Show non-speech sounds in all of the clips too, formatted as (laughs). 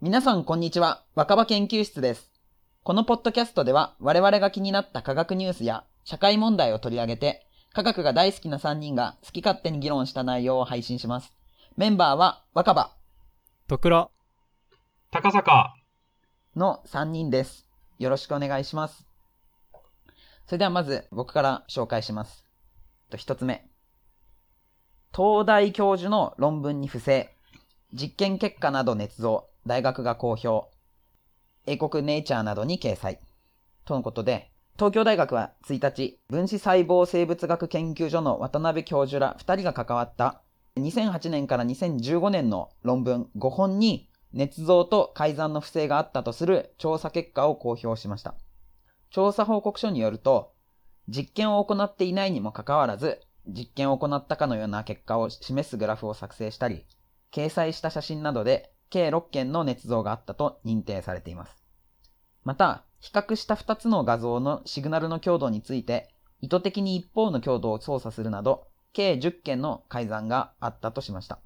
皆さんこんにちは。若葉研究室です。このポッドキャストでは我々が気になった科学ニュースや社会問題を取り上げて、科学が大好きな3人が好き勝手に議論した内容を配信します。メンバーは若葉とくろ、高坂。の3人です。よろしくお願いします。それではまず僕から紹介します。と一つ目。東大教授の論文に不正。実験結果など捏造。大学が公表。英国ネイチャーなどに掲載。とのことで、東京大学は1日、分子細胞生物学研究所の渡辺教授ら2人が関わった2008年から2015年の論文5本に捏造と改ざんの不正があったとする調査結果を公表しました。調査報告書によると、実験を行っていないにもかかわらず、実験を行ったかのような結果を示すグラフを作成したり、掲載した写真などで計6件の捏造があったと認定されています。また、比較した2つの画像のシグナルの強度について、意図的に一方の強度を操作するなど、計10件の改ざんがあったとしました。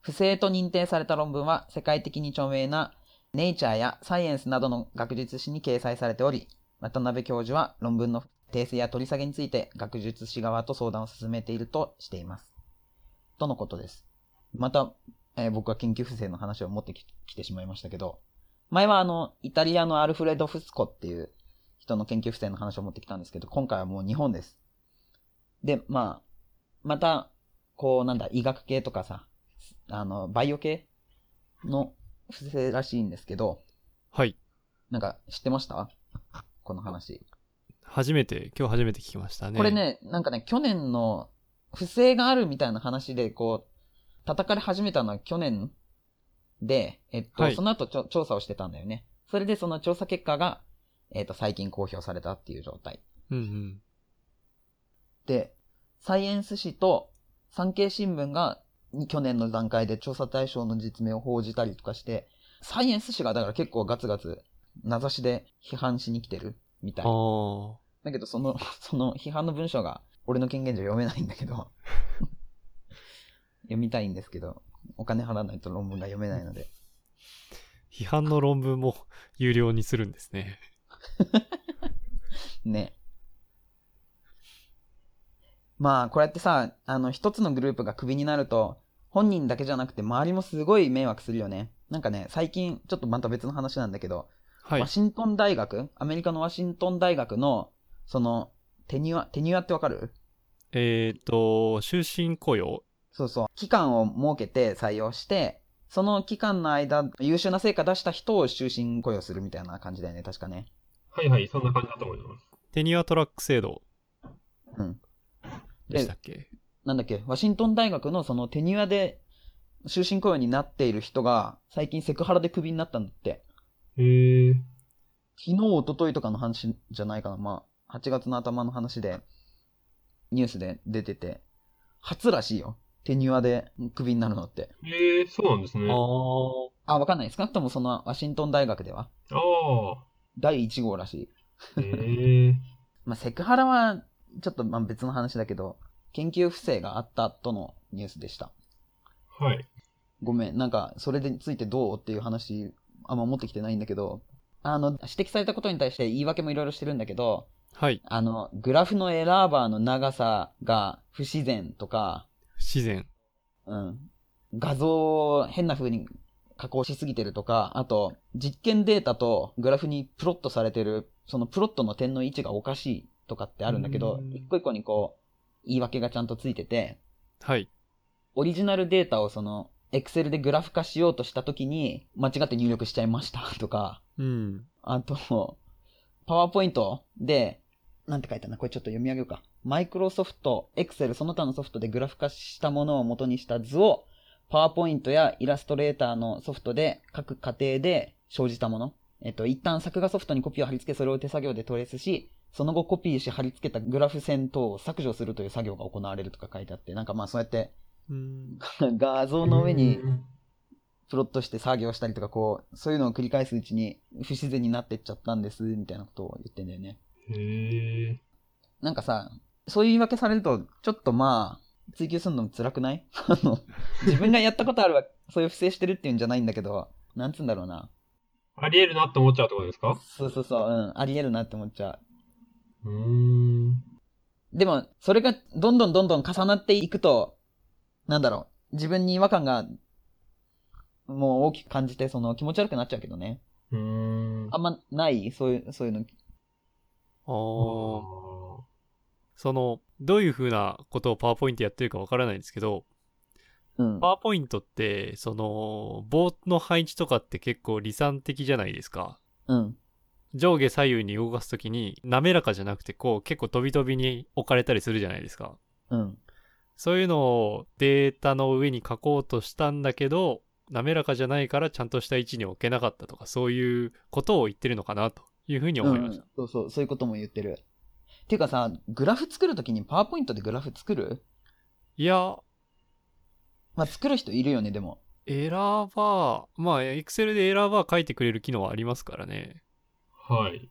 不正と認定された論文は世界的に著名なネイチャーやサイエンスなどの学術誌に掲載されており、渡辺教授は論文の訂正や取り下げについて学術誌側と相談を進めているとしています。とのことです。また、えー僕は研究不正の話を持ってき来てしまいましたけど、前はあの、イタリアのアルフレド・フスコっていう人の研究不正の話を持ってきたんですけど、今回はもう日本です。で、まあ、また、こうなんだ、医学系とかさ、あの、バイオ系の不正らしいんですけど、はい。なんか知ってましたこの話。初めて、今日初めて聞きましたね。これ。ね、なんかね、去年の不正があるみたいな話で、こう、叩かれ始めたのは去年で、えっと、はいその後ちょ調査をしてたんだよね。それでその調査結果が、えっと、最近公表されたっていう状態。うんうん。で、サイエンス誌と産経新聞が去年の段階で調査対象の実名を報じたりとかして、サイエンス誌がだから結構ガツガツ名指しで批判しに来てるみたいあ。あ。だけどその、 (laughs) その批判の文章が俺の権限上読めないんだけど、 (laughs) 読みたいんですけど、お金払わないと論文が読めないので。批判の論文も有料にするんですね。ね。まあ、こうやってさ、あの、一つのグループがクビになると、本人だけじゃなくて周りもすごい迷惑するよね。なんかね、最近、ちょっとまた別の話なんだけど、はいワ。シントン大学、アメリカのワシントン大学の、その、テニュア、テニュアってわかるえっ、と、終身雇用。そうそう。期間を設けて採用して、その期間の間、優秀な成果出した人を終身雇用するみたいな感じだよね、確かね。はいはい、そんな感じだと思います。テニュアトラック制度。うん。でしたっけなんだっけ、ワシントン大学のそのテニュアで終身雇用になっている人が、最近セクハラでクビになったんだって。へえ。昨日、一昨日とかの話じゃないかな。まあ、8月の頭の話で、ニュースで出てて、初らしいよ。テニュアでクビになるのって。えー、そうなんですね。あああ。あ、わかんない。少なくともそのワシントン大学では、あ第1号らしい。ー。へえ。まあ、セクハラは、ちょっとまあ別の話だけど、研究不正があったとのニュースでした。はい。ごめん、なんか、それについてどうっていう話、あんま持ってきてないんだけど、あの、指摘されたことに対して言い訳もいろいろしてるんだけど、はい。あの、グラフのエラーバーの長さが不自然とか、不自然。うん、画像を変な風に加工しすぎてるとか、あと、実験データとグラフにプロットされてる、そのプロットの点の位置がおかしいとかってあるんだけどう、ん一個一個にこう、言い訳がちゃんとついてて、はい。オリジナルデータをその、Excel でグラフ化しようとしたときに、間違って入力しちゃいました (laughs) とか、うん。あと、PowerPoint で、なんて書いたな、これちょっと読み上げようか。Microsoft、Excel その他のソフトでグラフ化したものを元にした図を、PowerPoint や Illustrator のソフトで各過程で生じたもの。えっと、一旦作画ソフトにコピーを貼り付け、それを手作業でトレースし、その後コピーし貼り付けたグラフ線等を削除するという作業が行われるとか書いてあって、なんかまあそうやってうん。 (laughs) 画像の上にうんプロットして作業したりとか、こう、そういうのを繰り返すうちに不自然になってっちゃったんです、みたいなことを言ってんだよね。へえ。なんかさ、そういう言い訳されると、ちょっとまあ、 (laughs) 追求するのも辛くないあの、自分がやったことあるわ、そういう不正してるっていうんじゃないんだけど、なんつうんだろうな。ありえるなって思っちゃうってことですかそうそうそう、うん、ありえるなって思っちゃう。うーん。でも、それがどんどんどんどん重なっていくと、なんだろう、自分に違和感が、もう大きく感じて、その気持ち悪くなっちゃうけどね。うーん。あんまないそういう、そういうの。あーその、どういうふうなことをパワーポイントやってるかわからないんですけど、うんパ。ワーポイントって、その、ボーの配置とかって結構理算的じゃないですか。うん。上下左右に動かすときに、滑らかじゃなくて、こう、結構飛び飛びに置かれたりするじゃないですか。うん。そういうのをデータの上に書こうとしたんだけど、滑らかじゃないからちゃんとした位置に置けなかったとか、そういうことを言ってるのかなというふうに思いました。うんそうそう、そういうことも言ってる。ていうかさ、グラフ作るときにパワーポイントでグラフ作るいや、まあ、作る人いるよね、でも。エラーバー、まあ、エクセルでエラーバー書いてくれる機能はありますからね。はい。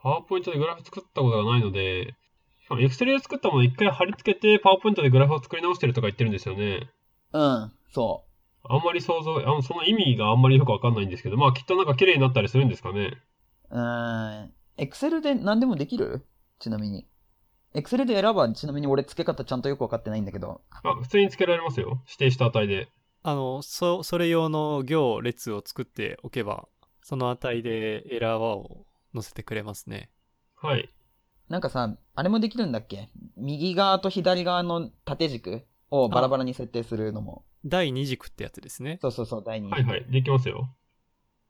パワーポイントでグラフ作ったことがないので、しかもエクセルで作ったものを一回貼り付けて、パワーポイントでグラフを作り直してるとか言ってるんですよね。うん、そあんまり想像、あのその意味があんまりよくわかんないんですけど、まあきっとなんか綺麗になったりするんですかね。う。うーん。エクセルで何でもできるちなみに。エクセルで選ば、ちなみに俺付け方ちゃんとよくわかってないんだけど。あ、普通につけられますよ。指定した値で。あの、そ、それ用の行列を作っておけば、その値でエラーバーを載せてくれますね。はい。なんかさ、あれもできるんだっけ右側と左側の縦軸をバラバラに設定するのも。第2軸ってやつですね。そうそうそう、第2。はいはい。できますよ。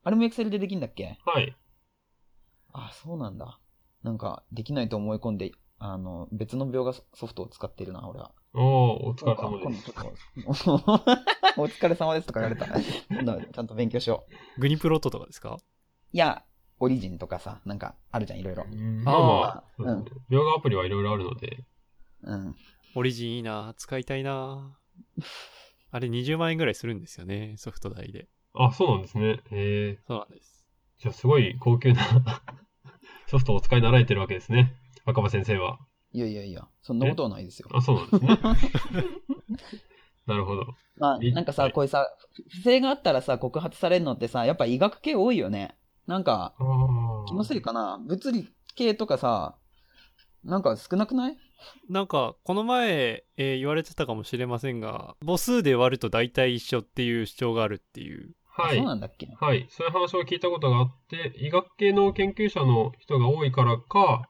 あれもエクセルでできるんだっけはい。あ、そうなんだ。なんか、できないと思い込んで、あの、別の描画ソフトを使ってるな、俺は。おお、お疲れ様です。です。今度ちょっと (laughs) お疲れ様ですとか言われた。今度ちゃんと勉強しよう。グニプロットとかですかいや、オリジンとかさ、なんかあるじゃん、いろいろう。んまあまあ、あーそうですね描画アプリはいろいろあるので。うん。オリジンいいな、使いたいな。あれ20万円ぐらいするんですよね、ソフト代で。あ、そうなんですね。へえ。そうなんです。じゃあすごい高級な (laughs) ソフトをお使いになられてるわけですね。若葉先生は。いやいやいや、そんなことはないですよ。あ、そうな (laughs) んですね。なるほど。まあ、えなんかはさ、いこういうさ、不正があったらさ、告発されるのってさ、やっぱ医学系多いよね。なんか、あ気のせいかな物理系とかさ、なんか少なくないなんか、この前、えー言われてたかもしれませんが、母数で割ると大体一緒っていう主張があるっていう。あ。はあいそう。なんだっけはい。そういう話を聞いたことがあって、医学系の研究者の人が多いからか、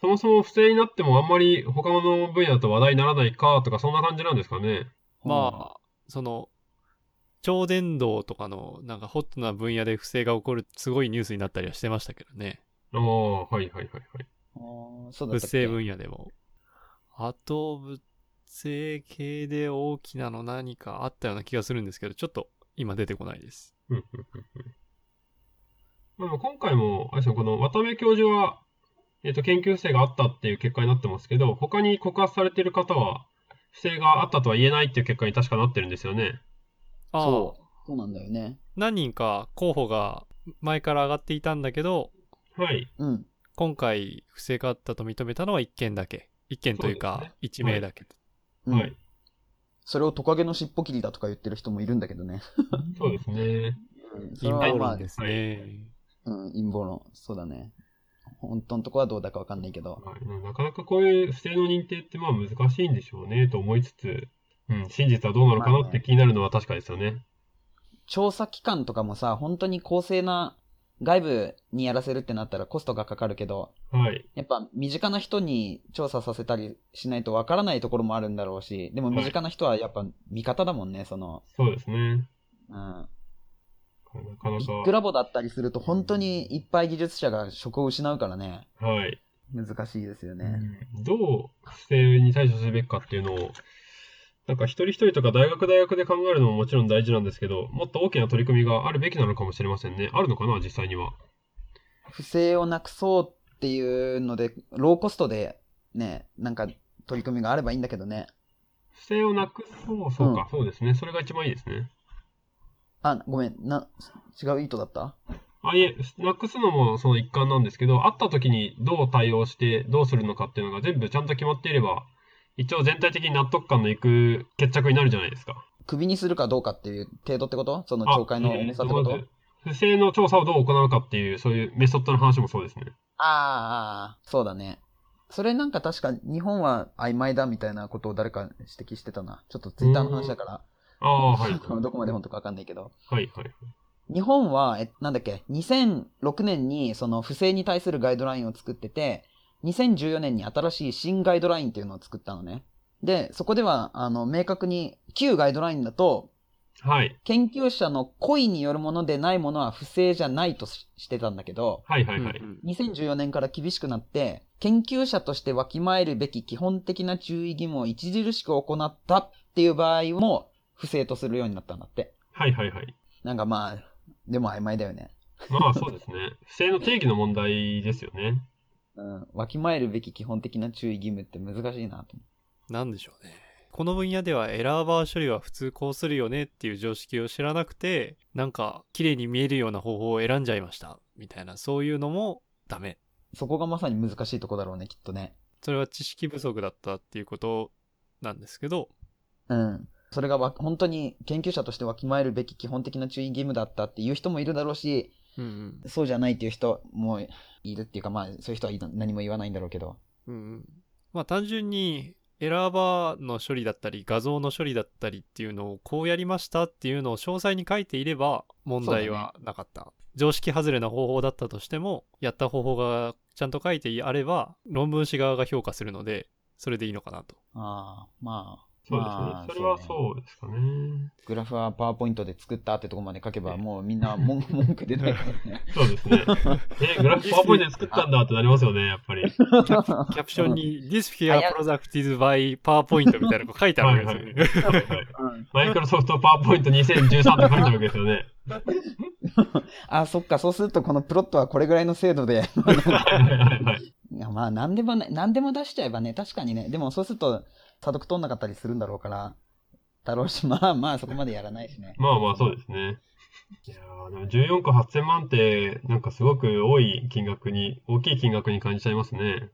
そもそも不正になってもあんまり他の分野だと話題にならないかとか、そんな感じなんですかね。まあ、その、超伝導とかの、なんかホットな分野で不正が起こる、すごいニュースになったりはしてましたけどね。ああ、はいはいはいはい。あーそうだ物ったっけ性分野でも。あと、物性系で大きなの何かあったような気がするんですけど、ちょっと今出てこないです。うんうんうんうん。まあ今回も、あれですねこの渡辺教授は、えっ、と、研究不正があったっていう結果になってますけど、他に告発されてる方は、不正があったとは言えないっていう結果に確かなってるんですよね。ああそ、う。そうなんだよね。何人か候補が前から上がっていたんだけど、はい。うん。今回不正があったと認めたのは1件だけ。1件というそうですかね、 1名だけ。うんはい。それをトカゲの尻尾切りだとか言ってる人もいるんだけどね。そうですね。うんそれ陰は謀まあ論ですね。うん、陰謀論。そうだね。本当のとこはどうだかわかんないけど。はい、なかなかこういう不正の認定ってまあ難しいんでしょうねと思いつつ、うん、真実はどうなのかなって気になるのは確かですよね。調査機関とかもさ、本当に公正な外部にやらせるってなったらコストがかかるけど、はい。やっぱ身近な人に調査させたりしないとわからないところもあるんだろうし、でも身近な人はやっぱ味方だもんね、その、そうですね。うん。なかなビッグか。ラボだったりすると本当にいっぱい技術者が職を失うからね、はい、難しいですようね。ん。どう不正に対処すべきかっていうのを、なんか一人一人とか大学大学で考えるのももちろん大事なんですけど、もっと大きな取り組みがあるべきなのかもしれませんね。あるのかな、実際には。不正をなくそうっていうので、ローコストでね、なんか取り組みがあればいいんだけどね。不正をなくそう、そうか、そうですね。それが一番いいですね。あ、ごめん、な、違う意図だったあいえ、なくすのもその一環なんですけど、あった時にどう対応して、どうするのかっていうのが全部ちゃんと決まっていれば、一応全体的に納得感のいく決着になるじゃないですか。クビにするかどうかっていう程度ってことそのあ懲戒のえー重さってこと、まず不正の調査をどう行うかっていう、そういうメソッドの話もそうですね。ああ、そうだね。それなんか確か日本は曖昧だみたいなことを誰か指摘してたな。ちょっとツイッターの話だから、ああ、は (laughs) い。どこまで本当かわかんないけど。はい、はい。日本は、え、なんだっけ、2006年にその不正に対するガイドラインを作ってて、2014年に新しい新ガイドラインっていうのを作ったのね。で、そこでは、あの、明確に旧ガイドラインだと、はい、研究者の故意によるものでないものは不正じゃないとししてたんだけど、はい、はい、はい。 2014年から厳しくなって、研究者としてわきまえるべき基本的な注意義務を著しく行ったっていう場合も不正とするようになったんだって。はい、はい、はい。なんかまあ、でも曖昧だよね。まあ、そうですね。不正の定義の問題ですよね。うん。わきまえるべき基本的な注意義務って難しいなと。なんでしょうね。この分野ではエラーバー処理は普通こうするよねっていう常識を知らなくて、なんか綺麗に見えるような方法を選んじゃいました。みたいな、そういうのもダメ。そこがまさに難しいとこだろうね、きっとね。それは知識不足だったっていうことなんですけど、うん。それがわ本当に研究者としてわきまえるべき基本的な注意義務だったっていう人もいるだろうし、うんうん。そうじゃないっていう人もいるっていうか、まあ、そういう人はいな何も言わないんだろうけど。うんうん、まあ単純にエラーバーの処理だったり画像の処理だったりっていうのをこうやりましたっていうのを詳細に書いていれば問題はなかった、常識外れな方法だったとしてもやった方法がちゃんと書いてあれば論文誌側が評価するのでそれでいいのかなとああ、まあ。そうですまあね。それはうねそうですかね。グラフはパワーポイントで作ったってとこまで書けば、ええもうみんな文文句出ないから (laughs) ね。そうですね。え、グラフパワーポイントで作ったんだってなりますよね、やっぱり。キャプションに This (laughs) here product is by PowerPoint みたいなのが書いてあるわけですよねうんマイクロソフトパワーポイント2013って書いてあるわけですよね。あ、そっか、そうするとこのプロットはこれぐらいの精度で。はいはいはいはい。いや、まあ、なんでもね、なんでも出しちゃえばね、確かにね、でもそうすると、査読取んなかったりするんだろうから、だろうし、まあまあ、そこまでやらないしね。まあまあそうですね。いやーでも14個8000万って、なんかすごく多い金額に、大きい金額に感じちゃいますね。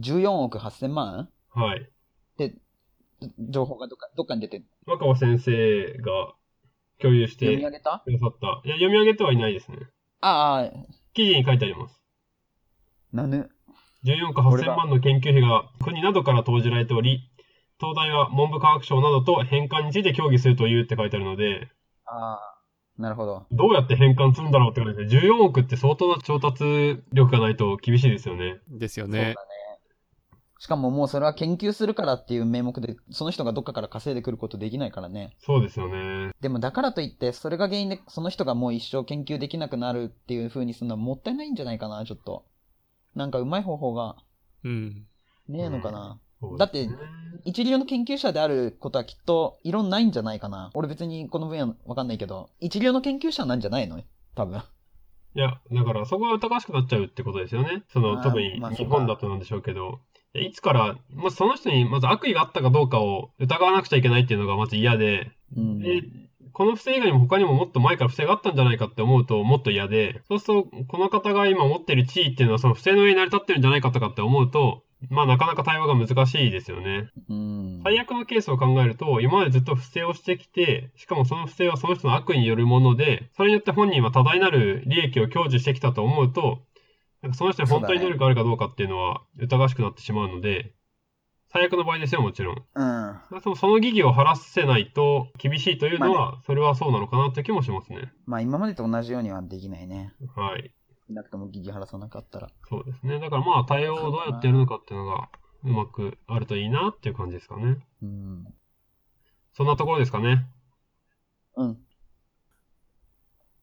14億8000万はい。情報がどっかどっかに出て、若葉先生が共有して読みく上げたださった。いや、読み上げてはいないですね。ああ、記事に書いてあります。なぬ。 14億これ8000だ万の研究費が国などから投じられており、東大は文部科学省などと返還について協議するというって書いてあるので、ああ、なるほど。どうやって返還するんだろうって感じですね。14億って相当な調達力がないと厳しいですよね。ですよそうだねね。しかももうそれは研究するからっていう名目で、その人がどっかから稼いでくることできないからね。そうですよね。でもだからといって、それが原因でその人がもう一生研究できなくなるっていう風にするのはもったいないんじゃないかな、ちょっと。なんかうまい方法がうんねえのかな。そうだでっすてね一流の研究者であることはきっと異論ないんじゃないかな。俺別にこの分野わかんないけど、一流の研究者なんじゃないの多分。いや、だからそこが疑わしくなっちゃうってことですよね。そあの、ー特にまあ日本だとなんでしょうけど、いつから、まずその人にまず悪意があったかどうかを疑わなくちゃいけないっていうのがまず嫌で、うん。で、この不正以外にも他にももっと前から不正があったんじゃないかって思うともっと嫌で、そうすると、この方が今持ってる地位っていうのはその不正の上に成り立ってるんじゃないかとかって思うと、まあなかなか対話が難しいですよね。うん。最悪のケースを考えると、今までずっと不正をしてきて、しかもその不正はその人の悪意によるもので、それによって本人は多大なる利益を享受してきたと思うと、なんかその人に本当に能力があるかどうかっていうのは疑わしくなってしまうので、最悪の場合ですよ、もちろん。うん。そのその疑義を晴らせないと厳しいというのは、それはそうなのかなという気もしますね。まあ今までと同じようにはできないね。はい。いなくてもギギ晴らさなかったら。そうですね。だからまあ対応をどうやってやるのかっていうのが、うまくあるといいなっていう感じですかね。うん。そんなところですかね。うん。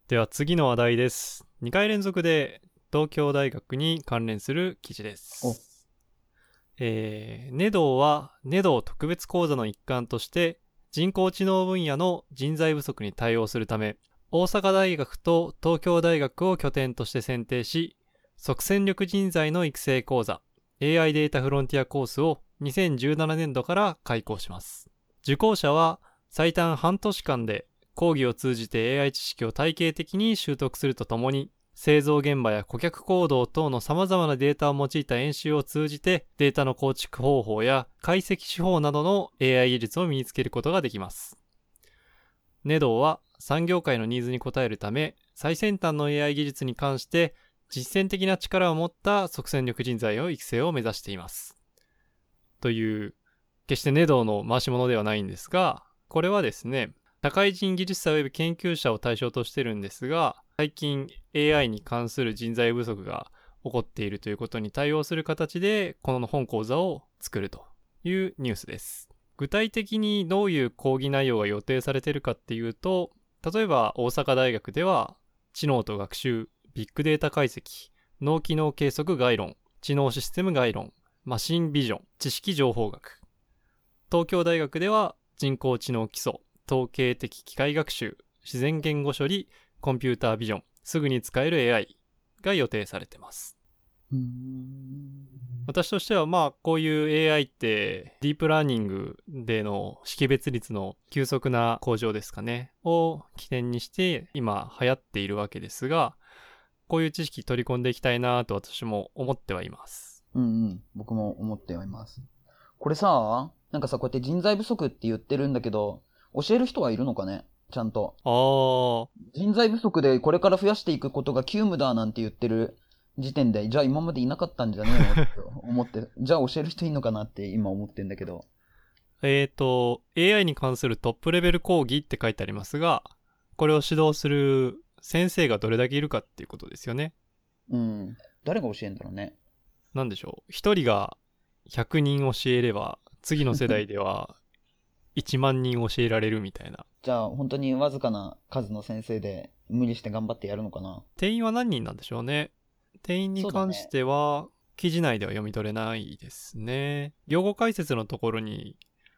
では次の話題です2回連続で東京大学に関連する記事ですおえー、ネドウはネドウ特別講座の一環として人工知能分野の人材不足に対応するため大阪大学と東京大学を拠点として選定し即戦力人材の育成講座 AI データフロンティアコースを2017年度から開講します受講者は最短半年間で講義を通じて AI 知識を体系的に習得するとともに製造現場や顧客行動等の様々なデータを用いた演習を通じてデータの構築方法や解析手法などの AI 技術を身につけることができますネドは産業界のニーズに応えるため、最先端の AI 技術に関して実践的な力を持った即戦力人材を育成を目指しています。という、決してネドの回し物ではないんですが、これはですね、社会人技術者及び研究者を対象としてるんですが、最近 AI に関する人材不足が起こっているということに対応する形で、この本講座を作るというニュースです。具体的にどういう講義内容が予定されているかっていうと、例えば大阪大学では、知能と学習、ビッグデータ解析、脳機能計測概論、知能システム概論、マシンビジョン、知識情報学。東京大学では、人工知能基礎、統計的機械学習、自然言語処理、コンピュータービジョン、すぐに使える AI が予定されてます。うん。私としてはまあこういう AI ってディープラーニングでの識別率の急速な向上ですかねを起点にして今流行っているわけですがこういう知識取り込んでいきたいなと私も思ってはいます。うんうん。僕も思ってはいます。これさ、なんかさ、こうやって人材不足って言ってるんだけど、教える人はいるのかねちゃんと。あー人材不足でこれから増やしていくことが急務だなんて言ってる時点で、じゃあ今までいなかったんじゃねえのって思って、 (laughs) じゃあ教える人いいのかなって今思ってんだけど。えーと AI に関するトップレベル講義って書いてありますがこれを指導する先生がどれだけいるかっていうことですよね。うん。誰が教えんだろうね。なんでしょう一人が100人教えれば次の世代では1万人教えられるみたいなじゃあ本当にわずかな数の先生で無理して頑張ってやるのかな。定員は何人なんでしょうね定員に関しては、記事内では読み取れないですね用語解説のところに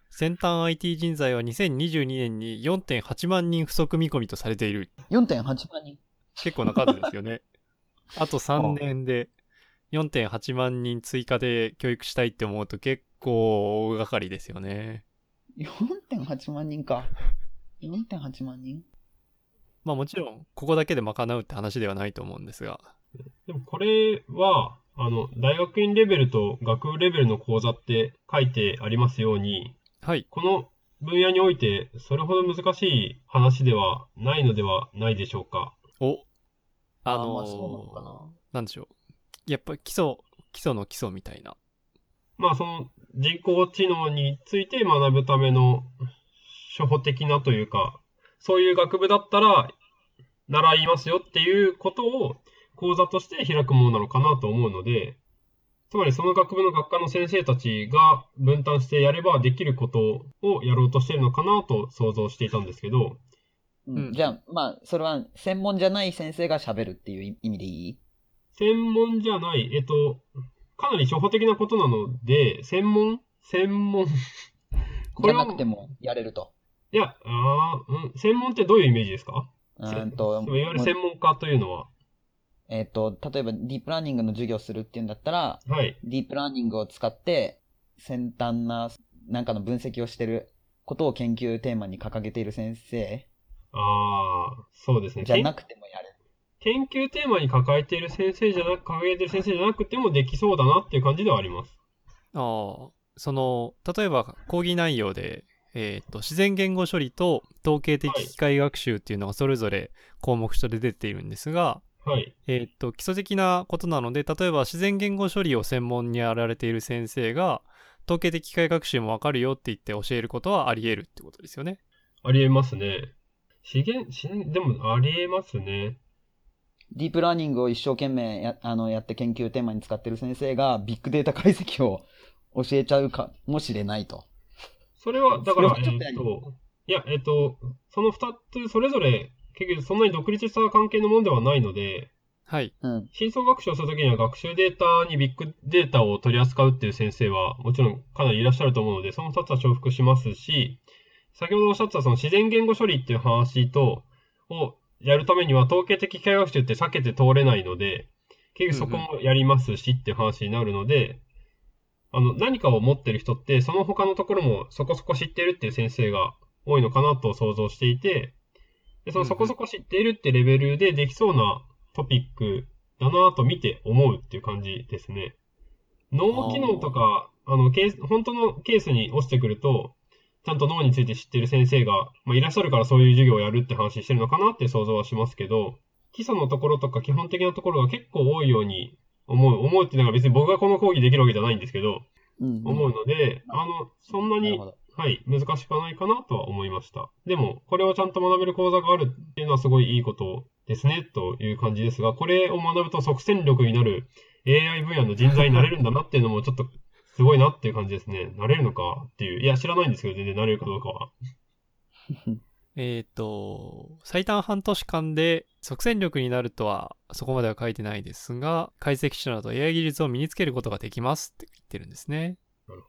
先端 IT 人材は2022年に4.8万人不足見込みとされている4.8万人。結構な数です (laughs) よねあと3年で4.8万人追加で教育したいって思うと結構大掛かりですよね4.8万人か。4.8万人まあもちろん、ここだけで賄うって話ではないと思うんですが。でもこれは、あの、大学院レベルと学部レベルの講座って書いてありますように、はい。この分野においてそれほど難しい話ではないのではないでしょうか。おあーまのあそうなーのかな。なんでしょう。やっぱ基礎、基礎の基礎みたいな。まあその人工知能について学ぶための初歩的なというか、そういう学部だったら習いますよっていうことを講座として開くものなのかなと思うので、つまりその学部の学科の先生たちが分担してやればできることをやろうとしてるのかなと想像していたんですけど、うんうんじゃあ、まあ、それは専門じゃない先生が喋るっていう意味でいい専門じゃない、えっと、かなり初歩的なことなので、専門専門こじれゃはなくてもやれると。いや、あーうん、専門ってどういうイメージですかうーんと、でもいわゆる専門家というのは、えっ、と、例えばディープラーニングの授業するっていうんだったら、はい、ディープラーニングを使って先端ななんかの分析をしてることを研究テーマに掲げている先生ああ、そうですね。じゃけんなくてもやれる。研究テーマに抱えている先生じゃなく、掲げている先生じゃなくてもできそうだなっていう感じではあります。ああ、その、例えば講義内容で、えーっと、自然言語処理と統計的機械学習っていうのがそれぞれ項目として出ているんですが、はい、えーっと、基礎的なことなので、例えば自然言語処理を専門にやられている先生が、統計的機械学習もわかるよって言って教えることはあり得るってことですよね。ありえますね。資源、資源、でもありえますね。ディープラーニングを一生懸命やあのやって研究テーマに使ってる先生がビッグデータ解析を教えちゃうかもしれないと。それは、だから、それはえちょっとやっりと、いや、えっと、その二つそれぞれ、結局そんなに独立した関係のものではないので、はい。うん。深層学習をするときには学習データにビッグデータを取り扱うっていう先生はもちろんかなりいらっしゃると思うので、その2つは重複しますし、先ほどおっしゃってたその自然言語処理っていう話と、をやるためには統計的機械学習って避けて通れないので、結局そこもやりますしっていう話になるので、あの、何かを持ってる人って、その他のところもそこそこ知ってるっていう先生が多いのかなと想像していて、でそのそこそこ知っているってレベルでできそうなトピックだなぁと見て思うっていう感じですね。脳機能とか、あの、ケース、本当のケースに落ちてくると、ちゃんと脳について知ってる先生が、まあ、いらっしゃるからそういう授業をやるって話してるのかなって想像はしますけど、基礎のところとか基本的なところが結構多いように思う、思うっていうのが別に僕がこの講義できるわけじゃないんですけど、うん思うので、うんあの、そんななにるほど。はい、難しくはないかなとは思いました。でも、これをちゃんと学べる講座があるっていうのはすごいいいことですね、という感じですが、これを学ぶと即戦力になる AI 分野の人材になれるんだなっていうのもちょっとすごいなっていう感じですね。なれるのかっていう。いや、知らないんですけど、全然なれるかどうかは。えっ、と、最短半年間で即戦力になるとはそこまでは書いてないですが、解析者など AI 技術を身につけることができますって言ってるんですね。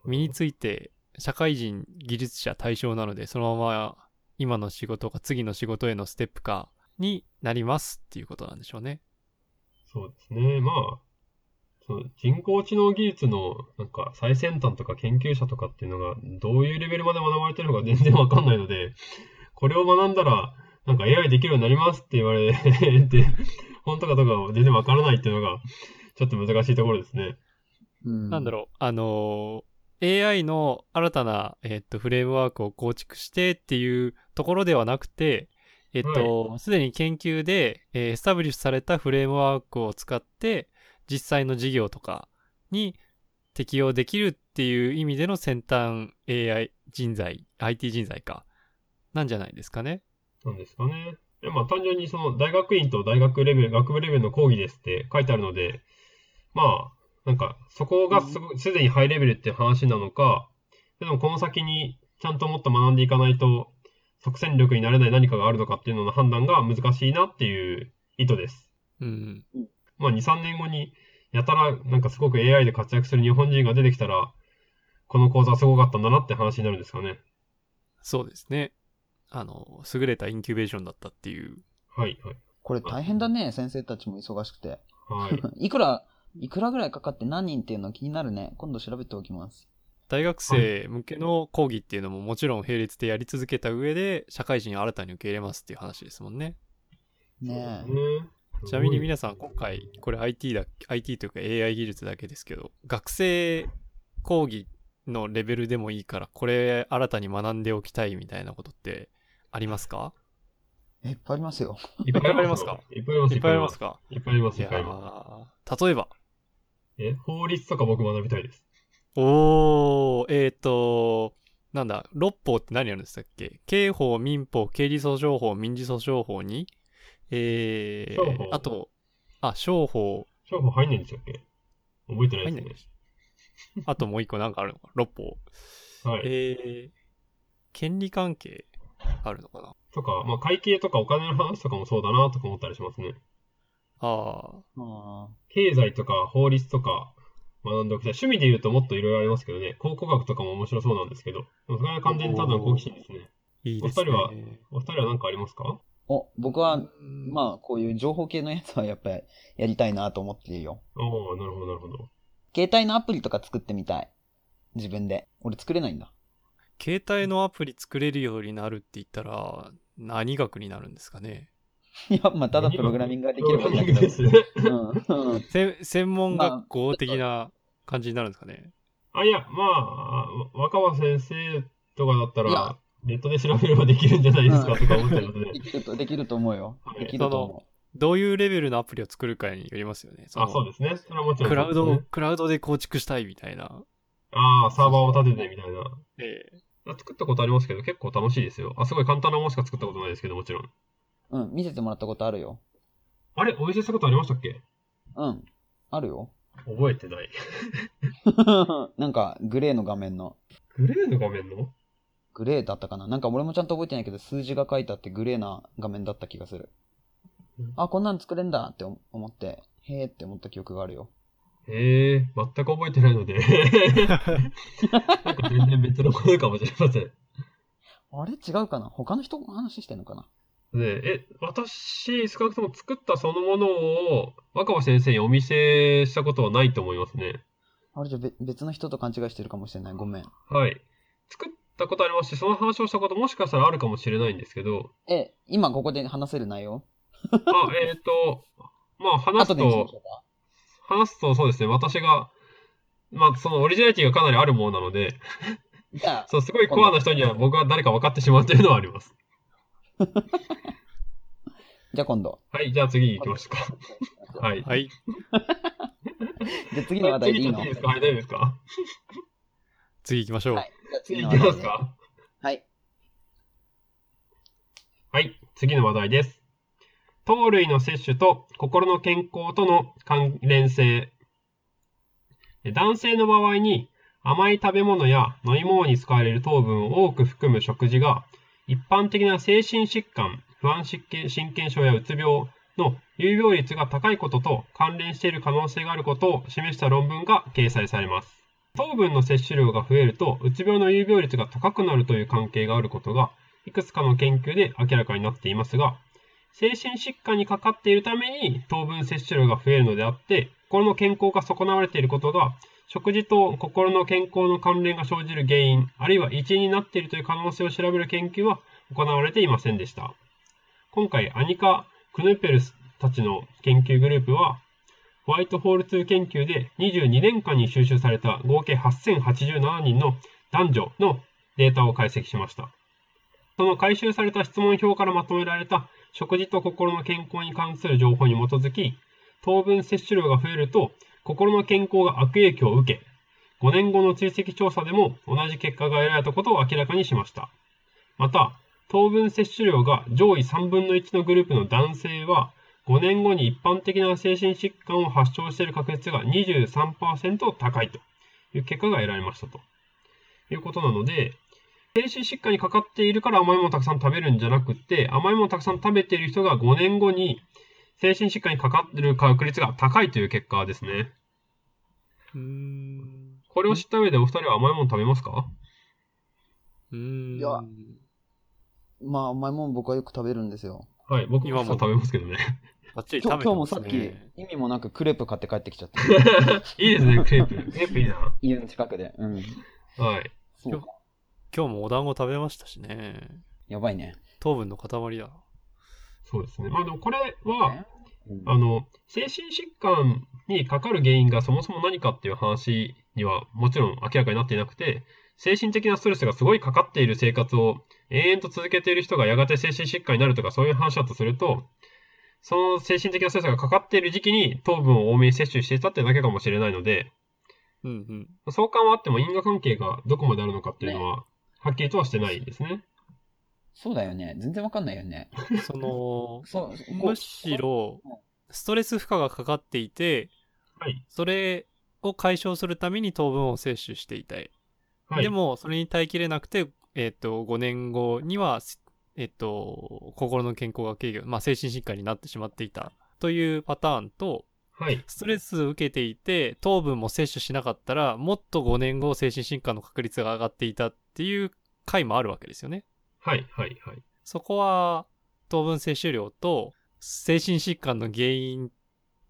身について社会人技術者対象なので、そのまま今の仕事か次の仕事へのステップかになりますっていうことなんでしょうね。そうですね。まあ、その人工知能技術のなんか最先端とか研究者とかっていうのがどういうレベルまで学ばれてるのか全然わかんないので、これを学んだらなんか AI できるようになりますって言われて、本とかとかは全然わからないっていうのがちょっと難しいところですね。ななんだろう、あのー AI の新たな、えっとフレームワークを構築してっていうところではなくて、えっと、すでに研究で、えーエスタブリッシュされたフレームワークを使って、実際の事業とかに適用できるっていう意味での先端 AI 人材、IT 人材か、なんじゃないですかね。なんですかね。いやまあ単純にその大学院と大学レベル、学部レベルの講義ですって書いてあるので、まあ、なんかそこがすごすでにハイレベルっていう話なのか、でもこの先にちゃんともっと学んでいかないと、即戦力になれない何かがあるのかっていうのの判断が難しいなっていう意図です。うん。まあ2、3年後に、やたらなんかすごく AI で活躍する日本人が出てきたら、この講座すごかったんだなって話になるんですかね。そうですね。あの、優れたインキュベーションだったっていう。はい、はい。これ大変だね、先生たちも忙しくて。 (laughs) はい。いくら、いくらぐらいかかって何人っていうの気になるね。今度調べておきます。大学生向けの講義っていうのももちろん並列でやり続けた上で社会人を新たに受け入れますっていう話ですもんね。ねえ。えちなみに皆さん今回これ IT だ IT というか AI 技術だけですけど学生講義のレベルでもいいからこれ新たに学んでおきたいみたいなことってありますかえいっぱいありますよ。いっぱいありますかいっぱいあります。いっぱいありますかいっぱいあります。いいやっぱいありまー例えばす。え、法律とか僕学びたいです。おーえっ、となんだ六法って何やるんでしたっけ刑法民法刑事訴訟法民事訴訟法にえ商法ー、あとあ商法商法入んないんでしたっけ覚えてない入んでなすいね。あともう一個なんかあるのか六法はい。えー、権利関係あるのかなとか、まあ、会計とかお金の話とかもそうだなとか思ったりしますね。ああ、あ経済とか法律とか学んでおきたい。趣味で言うともっといろいろありますけどね。考古学とかも面白そうなんですけど。でもそれは完全にただの好奇心ですね。いいですね。お二人はお二人は何かありますかお、僕は、あ、まあ、こういう情報系のやつはやっぱりやりたいなと思ってるよ。ああ、なるほど、なるほど。携帯のアプリとか作ってみたい。自分で。俺作れないんだ。 (laughs) 携帯のアプリ作れるようになるって言ったら、何学になるんですかねいや、まあ、ただプログラミングができればいいんだけでどす。ね。うん。うんせ専門学校的な感じになるんですかね、あ、いや、まあ、あ若葉先生とかだったいやら、ネットで調べればできるんじゃないですかとか思ったので。できると、できると思うよ。できると思どういうレベルのアプリを作るかによりますよね。あ、そうでですね。それはもちろんクラウドそを、うですねクラウドで構築したいみたいな。ああ、サーバーを立ててみたいな。ええ作ったことありますけど、結構楽しいですよ。あ、すごい簡単なものしか作ったことないですけど、もちろん。う。うん、見せてもらったことあるよ。あれ、お見せしたことありましたっけうん。ある (laughs) よ。覚えてない。なんか、グレーの画面の。グレーの画面のグレーだったかななんか俺もちゃんと覚えてないけど、数字が書いてあってグレーな画面だった気がするうん。あ、こんなん作れんだって思思って、へーって思った記憶があるよ。へえ、全く覚えてないので。なんか全然別のことかもしれません。あれ違うかな他の人の話してんのかなねえ、え私、少なくとも作ったそのものを、若葉先生にお見せしたことはないと思いますね。あれじゃべ別の人と勘違いしてるかもしれない。ごめん。はい。作ったことありますし、その話をしたこともしかしたらあるかもしれないんですけど、え、今ここで話せる内容あ、えっ、と、まあ話後すでにしましょと、話すとそうですね、私が、まあそのオリジナリティがかなりあるものなので、うじゃあ、そう、すごいコアな人には僕は誰か分かってしまうというのはあります。じゃあ今度。はい、じゃあ次行きましょうか。はい。はい。じゃあ次の話題でいいの次行っていいですかはい、大丈夫ですか次行きましょう。はい。じゃあ次次の話行きま題すで。かはい。はい、次の話題です。糖類の摂取と心の健康との関連性。男性の場合に甘い食べ物や飲み物に使われる糖分を多く含む食事が一般的な精神疾患、不安神経神経症やうつ病の有病率が高いことと関連している可能性があることを示した論文が掲載されます。糖分の摂取量が増えるとうつ病の有病率が高くなるという関係があることがいくつかの研究で明らかになっていますが、精神疾患にかかっているために糖分摂取量が増えるのであって、心の健康が損なわれていることが、食事と心の健康の関連が生じる原因、あるいは一因になっているという可能性を調べる研究は行われていませんでした。今回、アニカ・クヌペルスたちの研究グループは、ホワイトホール2研究で22年間に収集された合計8087人の男女のデータを解析しました。その回収された質問票からまとめられた食事と心の健康に関する情報に基づき、糖分摂取量が増えると心の健康が悪影響を受け、5年後の追跡調査でも同じ結果が得られたことを明らかにしました。また、糖分摂取量が上位3分の1のグループの男性は、5年後に一般的な精神疾患を発症している確率が23%高いという結果が得られましたということなので、精神疾患にかかっているから甘いものをたくさん食べるんじゃなくて、甘いものをたくさん食べている人が5年後に精神疾患にかかっている確率が高いという結果ですね。うーん。これを知った上でお二人は甘いものを食べますかうーん。いやまあ、甘いもん僕はよく食べるんですよ。はい、僕も今も食べますけどね。バッチリ今日食べて今日もますさっね。き、意味もなくクレープ買って帰ってきちゃ (laughs) った。いいですね、クレープ。クレープいいな。家の近くで。うん。はい。そうか。今日もお団子食べましたしね。やばいね。糖分の塊だ。そうですね。まあでもこれは、うんあの、精神疾患にかかる原因がそもそも何かっていう話にはもちろん明らかになっていなくて、精神的なストレスがすごいかかっている生活を延々と続けている人がやがて精神疾患になるとかそういう話だとすると、その精神的なストレスがかかっている時期に糖分を多めに摂取していたってだけかもしれないので、うんうん。相関はあっても因果関係がどこまであるのかっていうのは、はっきりとはしてないですね。そうだよね。全然わかんないよね。その、そう、こむしろうん、ストレス負荷がかかっていて、はいそれを解消するために糖分を摂取していたい。はい。でも、それに耐えきれなくて、えっ、と、5年後には、すえっ、と、心の健康が軽減、まあ、精神疾患になってしまっていたというパターンと、はい。ストレスを受けていて、糖分も摂取しなかったら、もっと5年後、精神疾患の確率が上がっていたっていう回もあるわけですよね。はい。はい。はい。そこは、糖分摂取量と、精神疾患の原因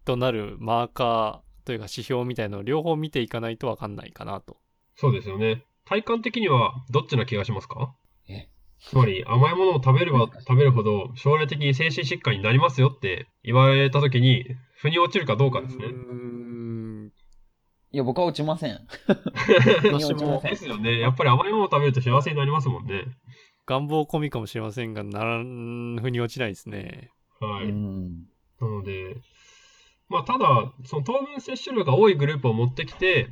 となるマーカーというか指標みたいのを両方見ていかないとわかんないかなと。そうですよね。体感的にはどっちな気がしますかえつまり甘いものを食べれば食べるほど将来的に精神疾患になりますよって言われた時に腑に落ちるかどうかですねう。ーん。いや、僕は落ちません。私も (laughs) ですよね。やっぱり甘いものを食べると幸せになりますもんね。願望込みかもしれませんが、ならん、腑に落ちないですね。はうい。ん。なので、まあ、ただ、その糖分摂取量が多いグループを持ってきて、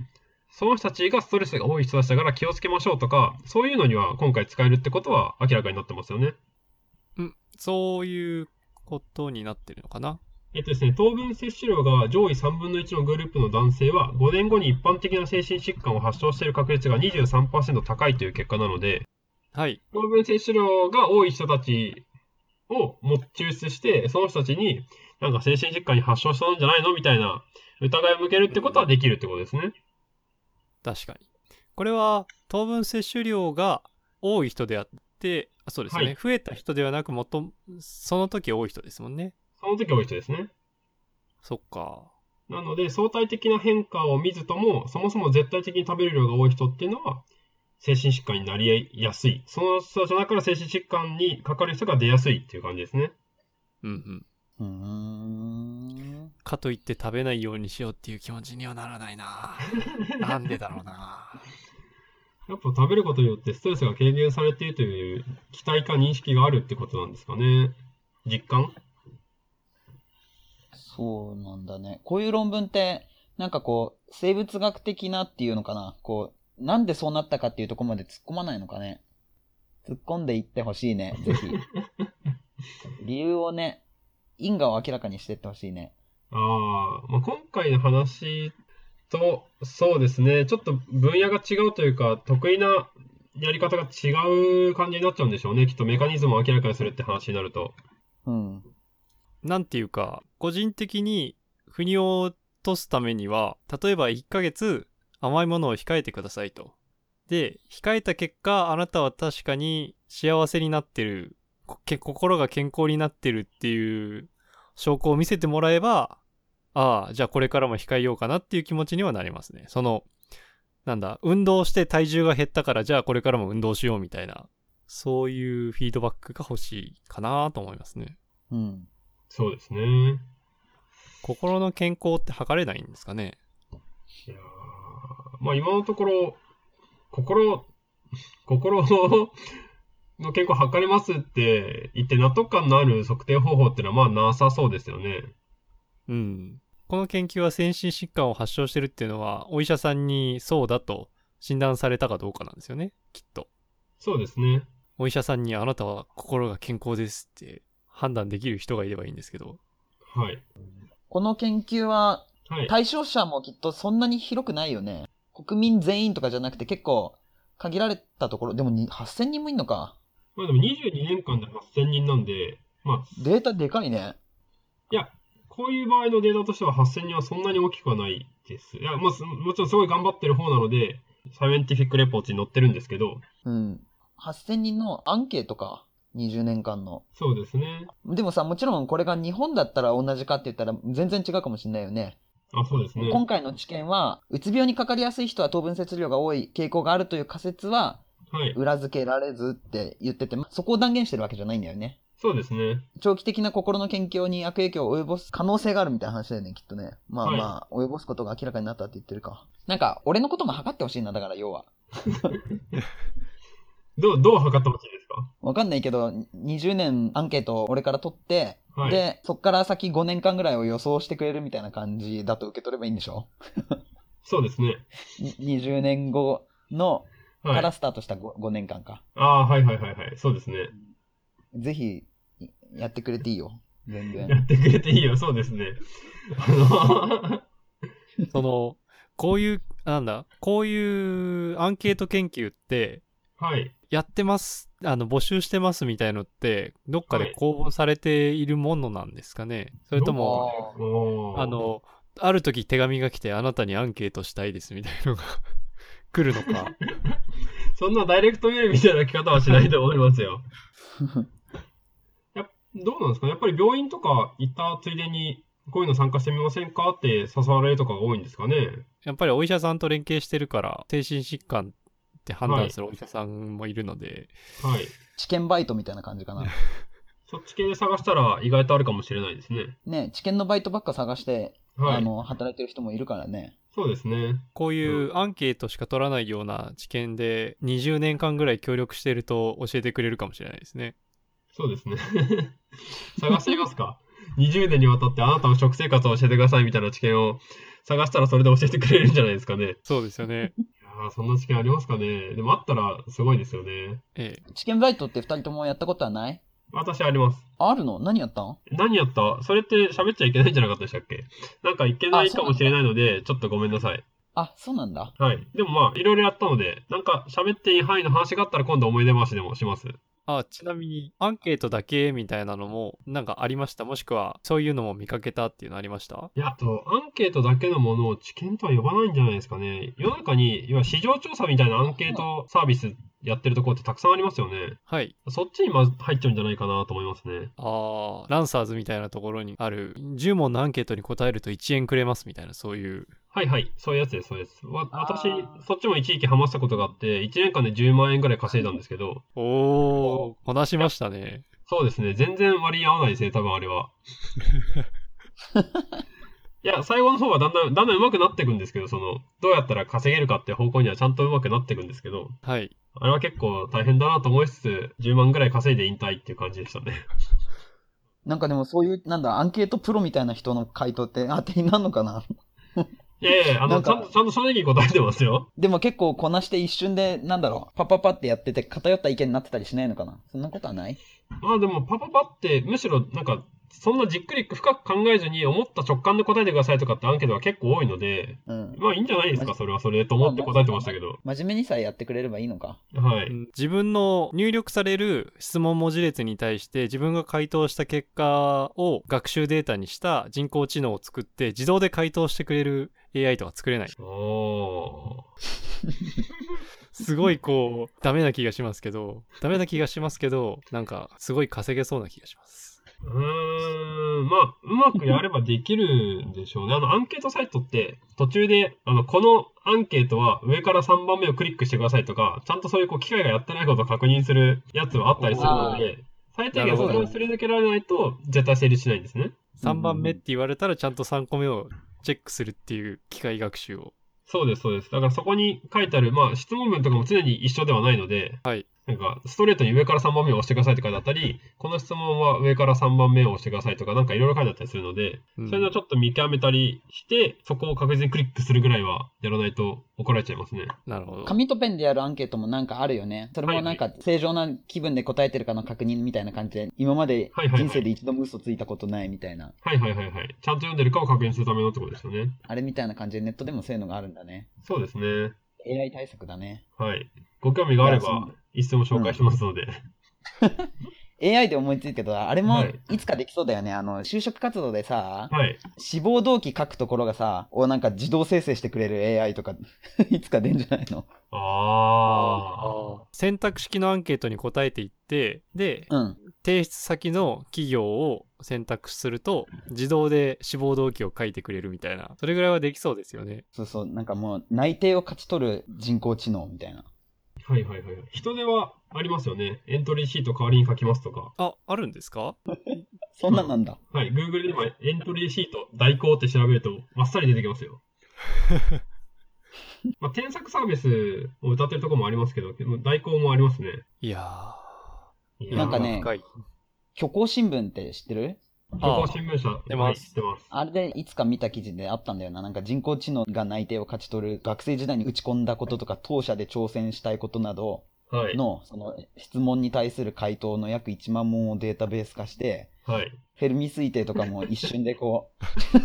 その人たちがストレスが多い人たちだから気をつけましょうとか、そういうのには今回使えるってことは明らかになってますよね。うん。そういうことになってるのかな。えっとですね、糖分摂取量が上位3分の1のグループの男性は、5年後に一般的な精神疾患を発症している確率が23%高いという結果なので、はい。糖分摂取量が多い人たちをも抽出して、その人たちに、なんか精神疾患に発症したんじゃないのみたいな疑いを向けるってことはできるってことですね。確かに。これは糖分摂取量が多い人であって、あそうですよね、はい増えた人ではなく、もっと、その時多い人ですもんね。その時多い人ですね。そっか。なので、相対的な変化を見ずとも、そもそも絶対的に食べる量が多い人っていうのは、精神疾患になりやすい。その人たちの中から精神疾患にかかる人が出やすいっていう感じですね。うんうん。うーん。かといって食べないようにしようっていう気持ちにはならないな。なんでだろうな。でやっぱ食べることによってストレスが軽減されているという期待か認識があるってことなんですかね。実感そうなんだね。こういう論文って、なんかこう、生物学的なっていうのかな。こう、なんでそうなったかっていうとこまで突っ込まないのかね。突っ込んでいってほしいね、ぜひ。理由をね、因果を明らかにしてってほしいね。ああ、まあ、今回の話と、そうですね、ちょっと分野が違うというか、得意なやり方が違う感じになっちゃうんでしょうね。きっとメカニズムを明らかにするって話になると。うん。なんていうか、個人的に、腑に落とすためには、例えば1ヶ月、甘いものを控えてくださいと。で、控えた結果、あなたは確かに幸せになってる、こけ心が健康になってるっていう証拠を見せてもらえば、ああ、じゃあこれからも控えようかなっていう気持ちにはなりますね。その、なんだ、運動して体重が減ったから、じゃあこれからも運動しようみたいな、そういうフィードバックが欲しいかなと思いますね。うん。そうですね。心の健康って測れないんですかねいやーまあ今のところ、心、 (laughs) 心のの健康測れますって言って納得感のある測定方法っていうのはまあなさそうですよね。うん。この研究は精神疾患を発症してるっていうのは、お医者さんにそうだと診断されたかどうかなんですよね、きっと。そうですね。お医者さんにあなたは心が健康ですって判断できる人がいればいいんですけど。はい。この研究は、はい。 (laughs) 対象者もきっとそんなに広くないよね。国民全員とかじゃなくて結構、限られたところ、でもに8000人もいんのか。まあでも22年間で8000人なんで、まあ、データでかいね。いや、こういう場合のデータとしては8000人はそんなに大きくはないです。いや、まあ、すもちろんすごい頑張ってる方なので、サイエンティフィックレポートに載ってるんですけど、うん。8000人のアンケートか。20年間の。そうですね。でもさ、もちろんこれが日本だったら同じかって言ったら全然違うかもしれないよね。あ、そうですね。今回の知見は、うつ病にかかりやすい人は糖分摂取量が多い傾向があるという仮説ははい。裏付けられずって言ってて、まそこを断言してるわけじゃないんだよね。そうですね。長期的な心の研究に悪影響を及ぼす可能性があるみたいな話だよね、きっとね。まあはいまあ、及ぼすことが明らかになったって言ってるか。なんか、俺のことも測ってほしいな、だから要は。どう、どう測ってほしいですかわかんないけど、20年アンケートを俺から取って、はいで、そっから先5年間ぐらいを予想してくれるみたいな感じだと受け取ればいいんでしょそうですね。に ?20 年後の、はかい。らあスタートした 5, 5年間か。あー、はいはいはいはい。そうですね。ぜひ、いやってくれていいよ。全 (laughs) や然。ってくれていいよ。そうですね。あの、 (laughs) その、こういう、なんだ、こういうアンケート研究って、はい。やってます、あの、募集してますみたいのって、どっかで公募されているものなんですかねそれとも、もおーあ、の、ある時手紙が来てあなたにアンケートしたいですみたいのが (laughs) 来るの (laughs) か。そんなダイレクトメールみたいな来方はしないと思いま (laughs) すよ。やっどうなんですかねやっぱり病院とか行ったついでに、こういうの参加してみませんかって誘われるとかが多いんですかねやっぱりお医者さんと連携してるから、精神疾患って判断するお医者さんもいるので、はい。知見バイトみたいな感じかな。そっち系で探したら意外とあるかもしれないですね。ね、知見のバイトばっか探して、はあい。の、働いてる人もいるからね。そうですね。こういうアンケートしか取らないような知見で20年間ぐらい協力してると教えてくれるかもしれないですね。そうですね。 (laughs) 探してみますか ?20 年にわたってあなたの食生活を教えてくださいみたいな知見を探したらそれで教えてくれるんじゃないですかね。いそうですよ (laughs) ね。やーそんな知見ありますかねでもあったらすごいですよね。ええ。知見バイトって二人ともやったことはない私あります。あるの何やったん何やったそれって喋っちゃいけないんじゃなかったでしたっけなんかいけないかもしれないので、ちょっとごめんなさい。あ、そうなんだ。はい。でもまあ、いろいろやったので、なんか喋っていい範囲の話があったら今度思い出回しでもします。あ、ちなみにアンケートだけみたいなのもなんかありましたもしくはそういうのも見かけたっていうのありましたいや、と、アンケートだけのものを知見とは呼ばないんじゃないですかね。世の中に、要は市場調査みたいなアンケートサービスやってるところってたくさんありますよね。はい。そっちにまず入っちゃうんじゃないかなと思いますね。ああ、ランサーズみたいなところにある、10問のアンケートに答えると1円くれますみたいな、そういう。はいはい、そういうやつです、そういうやつ。わ私あー、そっちも一時期ハマったことがあって、1年間で10万円ぐらい稼いだんですけど、おー、こなしましたね。 (laughs) そうですね、全然割に合わないですね、多分あれは。いや、や、最後の方はだんだん、だんだん上手くなっていくんですけど、その、どうやったら稼げるかっていう方向にはちゃんと上手くなっていくんですけど、はい。あれは結構大変だなと思いつつ、10万ぐらい稼いで引退っていう感じでしたね。なんかでもそういう、なんだ、アンケートプロみたいな人の回答って当てになるのかないやいや、あなの、んちゃかんと、ちゃんと正直に答えてますよ。でも結構こなして一瞬で、なんだろう、パッパッパってやってて偏った意見になってたりしないのかなそんなことはないまあでも、パパパって、むしろなんか、そんなじっくり深く考えずに思った直感で答えてくださいとかってアンケートが結構多いので、うん。まあいいんじゃないですか、それはそれでと思って答えてましたけど。真面目にさえやってくれればいいのか。はうい。ん自分の入力される質問文字列に対して自分が回答した結果を学習データにした人工知能を作って自動で回答してくれる AI とか作れない。おすごいこ (laughs) う、ダメな気がしますけど、ダメな気がしますけど、なんかすごい稼げそうな気がします。ー。うーん、まあ、うまくやればできるんでしょうね。あの、アンケートサイトって、途中で、あの、このアンケートは上から3番目をクリックしてくださいとか、ちゃんとそういう、こう、機械がやってないことを確認するやつはあったりするので、最低限それをすり抜けられないと、絶対成立しないんですね。 3番目って言われたらちゃんと3個目をチェックするっていう機械学習を。そうです、そうです。だからそこに書いてある、まあ、質問文とかも常に一緒ではないので、はいなんか、ストレートに上から3番目を押してくださいって書いてあったり、この質問は上から3番目を押してくださいとか、なんかいろいろ書いてあったりするので、うんそういうのをちょっと見極めたりして、そこを確実にクリックするぐらいはやらないと怒られちゃいますね。なるほど。紙とペンでやるアンケートもなんかあるよね。それもなんか正常な気分で答えてるかの確認みたいな感じで、今まではいはいはい人生で一度も嘘ついたことないみたいな、はいはいはいはい。ちゃんと読んでるかを確認するためのってことですよね。あれみたいな感じでネットでもそういうのがあるんだね。そうですね。 AI 対策だね。はい。ご興味があれいやそばう、一つも紹介しますので。 AI で思いついたけど、あれはもいいつかできそうだよね。あの、就職活動でさ、はい。志望動機書くところがさ、をなんか自動生成してくれる AI とか、 (laughs) いつか出んじゃないのあ選択式のアンケートに答えていって、で、うん。提出先の企業を選択すると自動で志望動機を書いてくれるみたいなそれぐらいはできそうですよねそうそう、なんかもう内定を勝ち取る人工知能みたいな。あ。はいはいはい。人手はありますよね。エントリーシート代わりに書きますとか。ああるんですかそんなんなんだ。はい、Google で今エントリーシート代行って調べると、あっさり出てきま (laughs) すよ。まあ、添削サービスを歌ってるところもありますけど、もう代行もありますね。いやいーやーなんかね深い虚構新聞って知ってる虚構新聞社、出ますはい、出ます。あれでいつか見た記事であったんだよな。なんか人工知能が内定を勝ち取る学生時代に打ち込んだこととか、当社で挑戦したいことなどはい。の、その質問に対する回答の約1万問をデータベース化して、はい。フェルミ推定とかも一瞬でこ (laughs) う、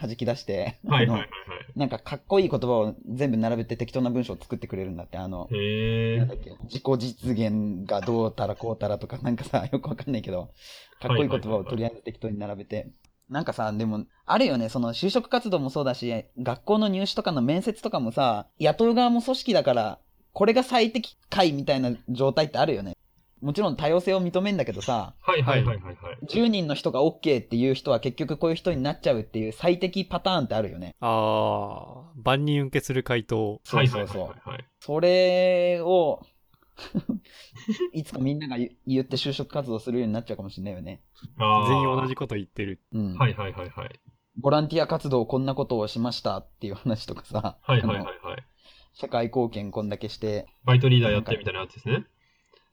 弾き出して、はい、あはい、はのい。なんかかっこいい言葉を全部並べて適当な文章を作ってくれるんだって、あの、へえなんだ。っけ、自己実現がどうたらこうたらとか、 (laughs) なんかさ、よくわかんないけど、かっこいい言葉をとりあえず適当に並べて。なんかさ、でも、あるよね、その就職活動もそうだし、学校の入試とかの面接とかもさ、雇う側も組織だから、これが最適解みたいな状態ってあるよね。もちろん多様性を認めんだけどさ、はい、はい、はい、はい。 10人の人が OK っていう人は結局こういう人になっちゃうっていう最適パターンってあるよね。あー万人受けする回答そはうい、そはうい、そうはい。はいそれ (laughs) を、いつかみんなが言言って就職活動するようになっちゃうかもしれないよね。あー全員同じ。こと言ってるうん。はい、はい、はい、はい。ボランティア活動こんなことをしましたっていう話とかさ、はい、はい、あはのい、はい。社会貢献こんだけして、バイトリーダーやってみたいなやつですね。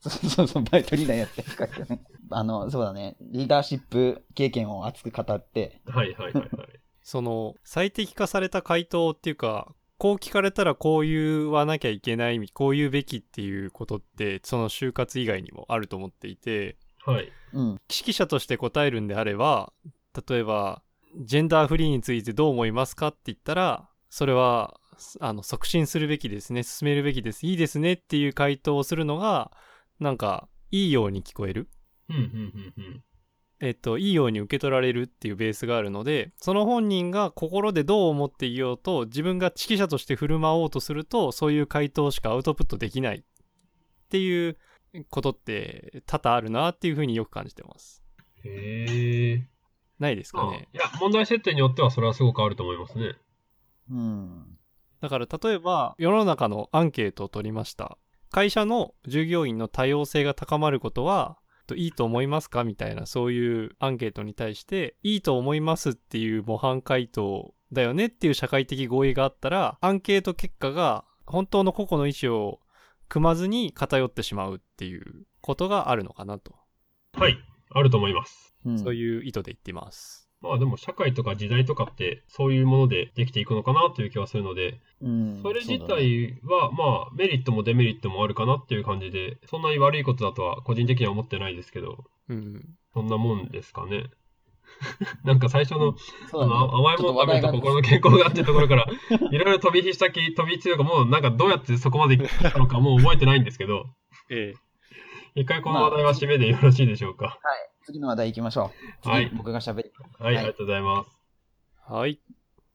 そうそうそう、バイトリーダーやってるからね。 (laughs) あの、そうだね、リーダーシップ経験を熱く語って、はい、はい、はい、はい。その最適化された回答っていうかこう聞かれたらこう言わなきゃいけないこう言うべきっていうことってその就活以外にもあると思っていてはい。うん、指揮者として答えるんであれば例えばジェンダーフリーについてどう思いますかって言ったらそれはあの促進するべきですね進めるべきですいいですねっていう回答をするのがなんかいいように聞こえる、うん、うん、うん、うん。えっと、いいように受け取られるっていうベースがあるのでその本人が心でどう思っていようと自分が指揮者として振る舞おうとするとそういう回答しかアウトプットできないっていうことって多々あるなっていうふうによく感じてます。へえ。ないですかね、いや、問題設定によってはそれはすごくあると思いますね。うん、だから例えば世の中のアンケートを取りました会社の従業員の多様性が高まることはといいと思いますかみたいな、そういうアンケートに対して、いいと思いますっていう模範回答だよねっていう社会的合意があったら、アンケート結果が本当の個々の意思を組まずに偏ってしまうっていうことがあるのかなと。はい、あると思います。うん、そういう意図で言っています。まあでも社会とか時代とかってそういうものでできていくのかなという気はするので、うん、それ自体はまあメリットもデメリットもあるかなっていう感じで、そんなに悪いことだとは個人的には思ってないですけど、うん、そんなもんですかね。 (laughs) なんか最初の,、あの甘いもの食べると心の健康がってところから、いろいろ飛び火したき、飛び火というかもうなんかどうやってそこまで来たのかもう覚えてないんですけ (laughs) ど、ええ、一回この話題は締めでよろしいでしょうか。まあ、はい。次の話題行きましょう。はい。僕が喋る、はい。はい、ありがとうございます。はい。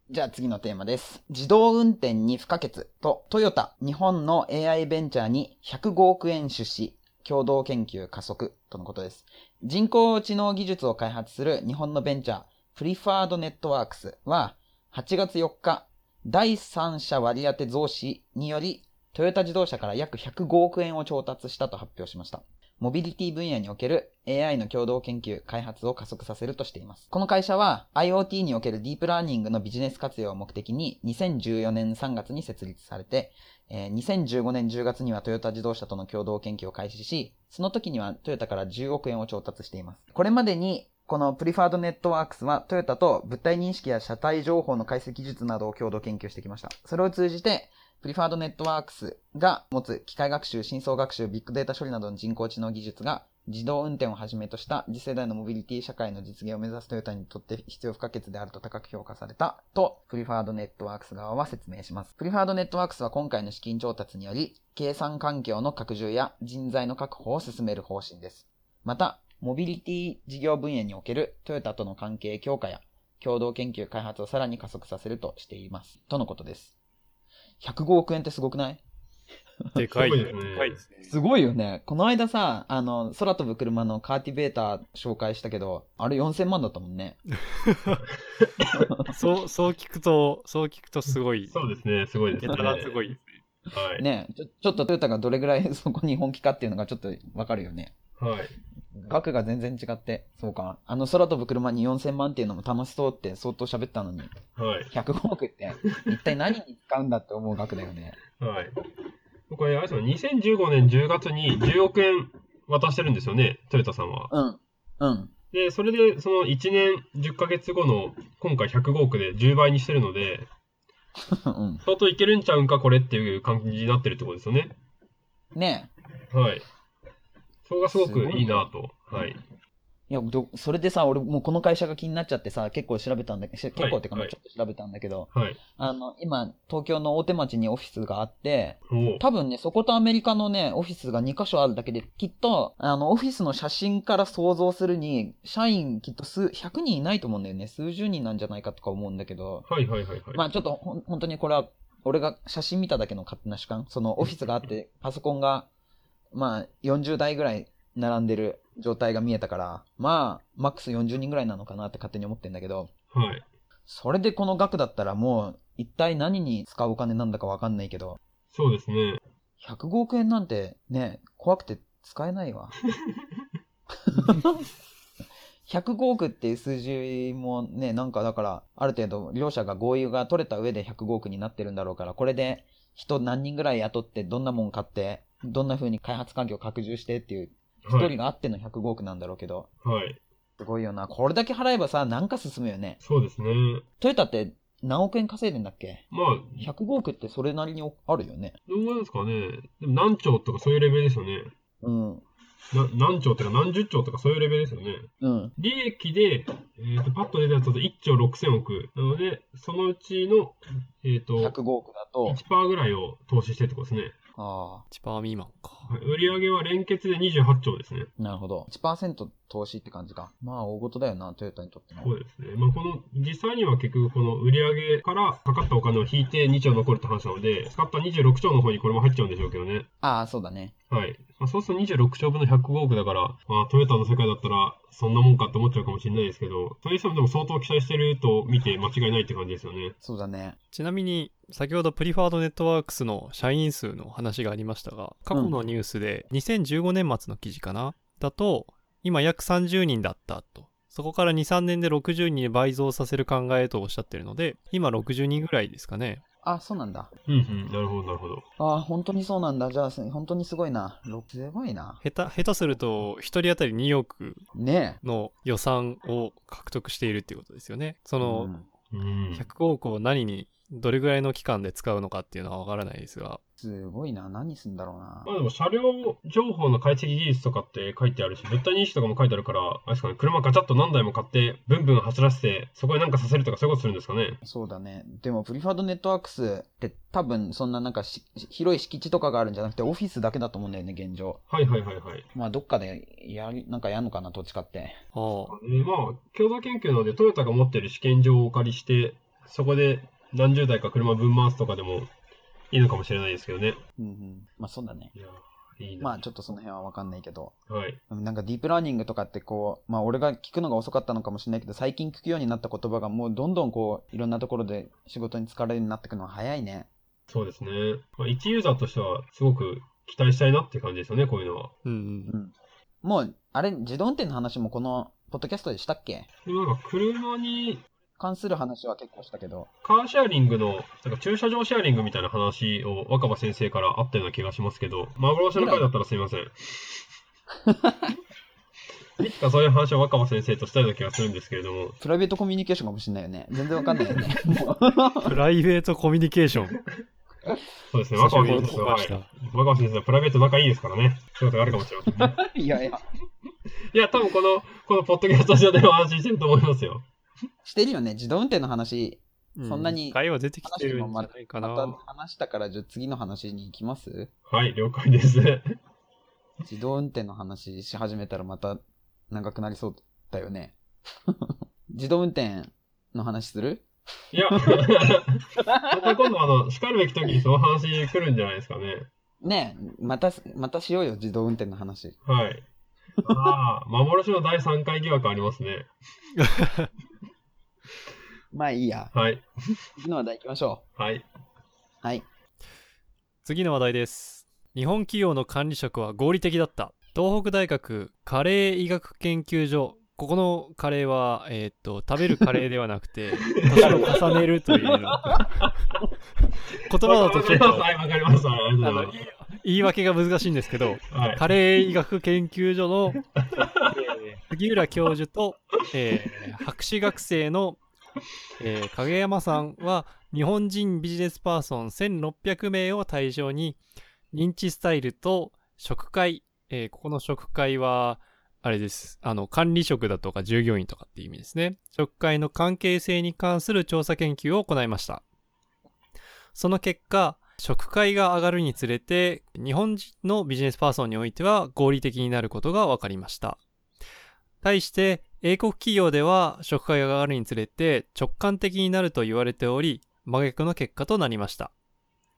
じゃあ次のテーマです。自動運転に不可欠と、トヨタ、日本の AI ベンチャーに105億円出資、共同研究加速とのことです。人工知能技術を開発する日本のベンチャー、プリファードネットワークスは、8月4日、第三者割当増資によりトヨタ自動車から約105億円を調達したと発表しました。モビリティ分野における AI の共同研究、開発を加速させるとしています。この会社は IoT におけるディープラーニングのビジネス活用を目的に2014年3月に設立されて、えー、2015年10月にはトヨタ自動車との共同研究を開始し、その時にはトヨタから10億円を調達しています。これまでにこのプリファードネットワークスはトヨタと物体認識や車体情報の解析技術などを共同研究してきました。それを通じて、プリファードネットワークスが持つ機械学習、深層学習、ビッグデータ処理などの人工知能技術が自動運転をはじめとした次世代のモビリティ社会の実現を目指すトヨタにとって必要不可欠であると高く評価されたとプリファードネットワークス側は説明します。プリファードネットワークスは今回の資金調達により計算環境の拡充や人材の確保を進める方針です。また、モビリティ事業分野におけるトヨタとの関係強化や共同研究開発をさらに加速させるとしています。とのことです。105億円ってすごくないでかい、ね。でかいですね。すごいよね。この間さ、あの、空飛ぶ車のカーティベーター紹介したけど、あれ4000万だったもんね。そう、そう聞くと、そう聞くとすごい。そうですね、すごいですね。すごいですね。はい。ねちょ、ちょっとトヨタがどれぐらいそこに本気かっていうのがちょっとわかるよね。はい。額が全然違って、そうか。あの空飛ぶ車に4000万っていうのも楽しそうって相当喋ったのに、はい、 105億 (laughs) って一体何に使うんだって思う額だよね。はい。これ、あれですよ、2015年10月に10億円渡してるんですよね、トヨタさんは。うん。うん。で、それで、その1年10ヶ月後の今回105億で10倍にしてるので、 (laughs) うん、相当いけるんちゃうんか、これっていう感じになってるってことですよね。ねえ。はい。そこがすごくいいなと。いはい。いやそれでさ、俺もうこの会社が気になっちゃってさ、結構調べたんだけど、結構ってか、ちょっと調べたんだけど、はい、あの、今、東京の大手町にオフィスがあって、多分ね、そことアメリカのね、オフィスが2カ所あるだけで、きっと、あの、オフィスの写真から想像するに、社員きっと数、100人いないと思うんだよね。数十人なんじゃないかとか思うんだけど、はいはいはい、はい。まあちょっとほ、本当にこれは、俺が写真見ただけの勝手な主観、そのオフィスがあって、パソコンが、まあ、40台ぐらい並んでる状態が見えたから、まあ、マックス40人ぐらいなのかなって勝手に思ってんだけど、はい。それでこの額だったらもう、一体何に使うお金なんだかわかんないけど。そうですね。 105億円なんてね、怖くて使えないわ。105億っていう数字もね、なんかだから、ある程度両者が合意が取れた上で105億になってるんだろうから、これで人何人ぐらい雇って、どんなもん買って、どんな風に開発環境を拡充してっていう、一人があっての105億なんだろうけど。はい。すごいよな。これだけ払えばさ、なんか進むよね。そうですね。トヨタって何億円稼いでんだっけまあ。105億ってそれなりにあるよね。どうですかね。でも何兆とかそういうレベルですよね。うん。な何兆とか何十兆とかそういうレベルですよね。うん。利益で、えーと、とパッと出たやつだと1兆6000億。なので、そのうちの、えっ、ー、と、 105億だと、 1%ぐらいを投資してってことですね。ああ。 1%未満か。売上は連結で28兆ですね。なるほど。1%投資って感じか。まあ、大事だよな、トヨタにとっても。そうですね。まあ、この、実際には結局、この売上からかかったお金を引いて2兆残るって話なので、使った26兆の方にこれも入っちゃうんでしょうけどね。ああ、そうだね。はい。まあ、そうすると26兆分の105億だから、まあ、トヨタの世界だったら、そんなもんかって思っちゃうかもしれないですけど、それにしてもでも相当期待してると見て間違いないって感じですよね。そうだね。ちなみに、先ほどプリファードネットワークスの社員数の話がありましたが、過去のニュースで2015年末の記事かな、だと、今約30人だったと。そこから2、3年で60人に倍増させる考えとおっしゃってるので、今60人ぐらいですかね。あ、そうなんだ。うんうん、なるほど、なるほど。あ、本当にそうなんだ。じゃあ、本当にすごいな。ろすごいな。下手、下手すると、1人当たり2億ねえ。の予算を獲得しているっていうことですよね。その、うんうん。 100億を何に、どれぐらいの期間で使うのかっていうのはわからないですが。すごいな。何すんだろうなま。あでも車両情報の解析技術とかって書いてあるし、物体認識とかも書いてあるから、あれですかね、車ガチャッと何台も買って、ブンブン走らせて、そこになんかさせるとかそういうことするんですかね。そうだね。でも、プリファードネットワークスって多分、そんななんかし広い敷地とかがあるんじゃなくて、オフィスだけだと思うんだよね、現状。はいはいはいはい。まあ、どっかでやり、なんかやんのかな、土地買って。ああ。えーまあ、共同研究なので、トヨタが持ってる試験場をお借りして、そこで何十台か車ぶん回すとかでもいいのかもしれないですけどね。うんうん。まあ、そうだね。いやー、いいな。まあ、ちょっとその辺はわかんないけど。はい。なんかディープラーニングとかってこう、まあ俺が聞くのが遅かったのかもしれないけど、最近聞くようになった言葉がもうどんどんこう、いろんなところで仕事に疲れるようになってくのは早いね。そうですね。まあ、一ユーザーとしては、すごく期待したいなって感じですよね、こういうのは。うんう。うんん。もう、あれ、自動運転の話もこの、ポッドキャストでしたっけでなんか、車に、関する話は結構したけど。カーシェアリングの、なんか駐車場シェアリングみたいな話を若葉先生からあったような気がしますけど、幻の回だったらすいま (laughs) せん。いつかそういう話を若葉先生としたような気がするんですけれども、プライベートコミュニケーションかもしれないよね。全然わかんないよね。もうプライベートコミュニケーショ (laughs) ン。そうですね、久し若ぶ葉りに先聞き生は、まはしいた。若葉先生はプライベート仲いいですからね、そういうことがあるかもしれませんね。いやいや。いや、多分この、このポッドキャスト上でお話ししてると思いますよ。してるよね。自動運転の話、うそんなに会話出てきてるんじゃないかまたな。話したから、じゃあ次の話に行きますはい、了解です。自動運転の話し始めたらまた長くなりそうだよね。 (laughs) 自動運転の話するいや、 (laughs) また今度あの、叱るべき時にその話来るんじゃないですかね。ねえ、また、またしようよ、自動運転の話。はい。ああ、幻の第3回疑惑ありますね。まあいいや。はい。次の話題行きましょはい。う。はい。次の話題です。日本企業の管理職は合理的だった。東北大学カレー医学研究所。ここのカレーは、えーっと、食べるカレーではなく (laughs) て、年を重ねると (laughs) いう。言葉だとちょっわとかりますはい、わかりました。ありがあとうのござい言い言い訳が難しいんですけど、ます。はい。カレー医学研究所の、えー杉浦教授と、えー博士学生の、えー影山さんは日本人ビジネスパーソン1600名を対象に認知スタイルと食会、えーここの食会はあれですあの管理職だとか従業員とかっていう意味ですね食会の関係性に関する調査研究を行いましたその結果、食会が上がるにつれて、日本人のビジネスパーソンにおいては合理的になることが分かりました。対して、英国企業では食会が上がるにつれて直感的になると言われており、真逆の結果となりました。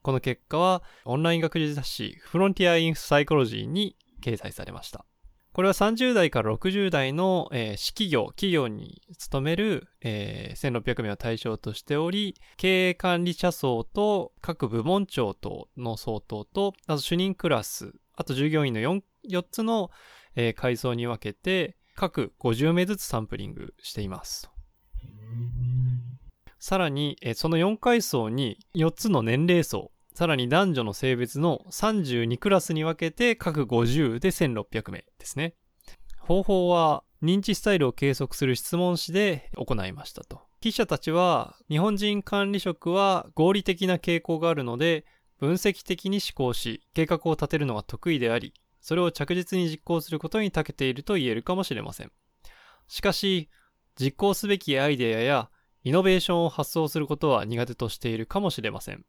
この結果は、オンライン学術雑誌、フロンティア・イン・サイコロジーに掲載されました。これは30代から60代の、えー、私企業、企業に勤める、えー1600名を対象としており、経営管理者層と各部門長等の相当と、あと主任クラス、あと従業員の 4, 4つの、えー階層に分けて、各50名ずつサンプリングしています。さらに、えーその4階層に4つの年齢層、さらに男女の性別の32クラスに分けて各50で1600名ですね。方法は認知スタイルを計測する質問紙で行いましたと。記者たちは日本人管理職は合理的な傾向があるので分析的に思考し計画を立てるのが得意でありそれを着実に実行することに長けていると言えるかもしれません。しかし実行すべきアイデアやイノベーションを発想することは苦手としているかもしれません。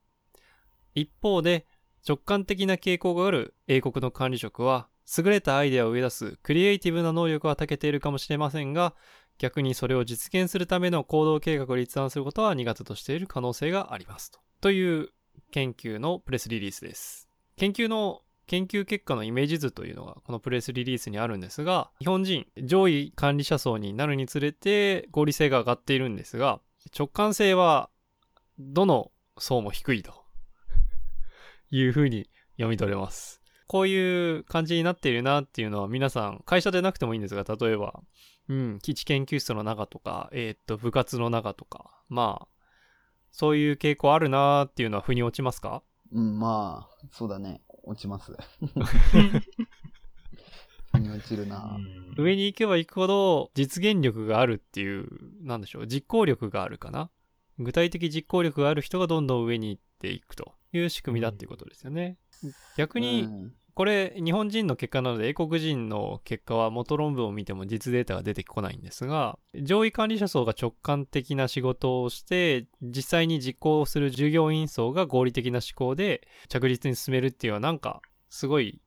一方で、直感的な傾向がある英国の管理職は、優れたアイデアを生み出すクリエイティブな能力は長けているかもしれませんが、逆にそれを実現するための行動計画を立案することは苦手としている可能性がありますと。という研究のプレスリリースです。研究の研究結果のイメージ図というのがこのプレスリリースにあるんですが、日本人上位管理者層になるにつれて合理性が上がっているんですが、直感性は (laughs) どの層も低いというふうに読み取れます。こういう感じになっているなっていうのは皆さん、会社でなくてもいいんですが、例えば、うん、基地研究室の中とか、えーっと、部活の中とか、まあ、そういう傾向あるなっていうのは腑に落ちますかうん、まあ、そうだね。落ちます。落ちるな。うん上に行けば行くほど実現力があるっていう、なんでしょう、実行力があるかな。具体的実行力がある人がどんどん上に行っていくという仕組みだっていうことですよね。う逆に、んこれ日本人の結果なので英国人の結果は元論文を見ても実データが出てこないんですが上位管理者層が直感的な仕事をして実際に実行する従業員層が合理的な思考で着実に進めるっていうのはなんかすごい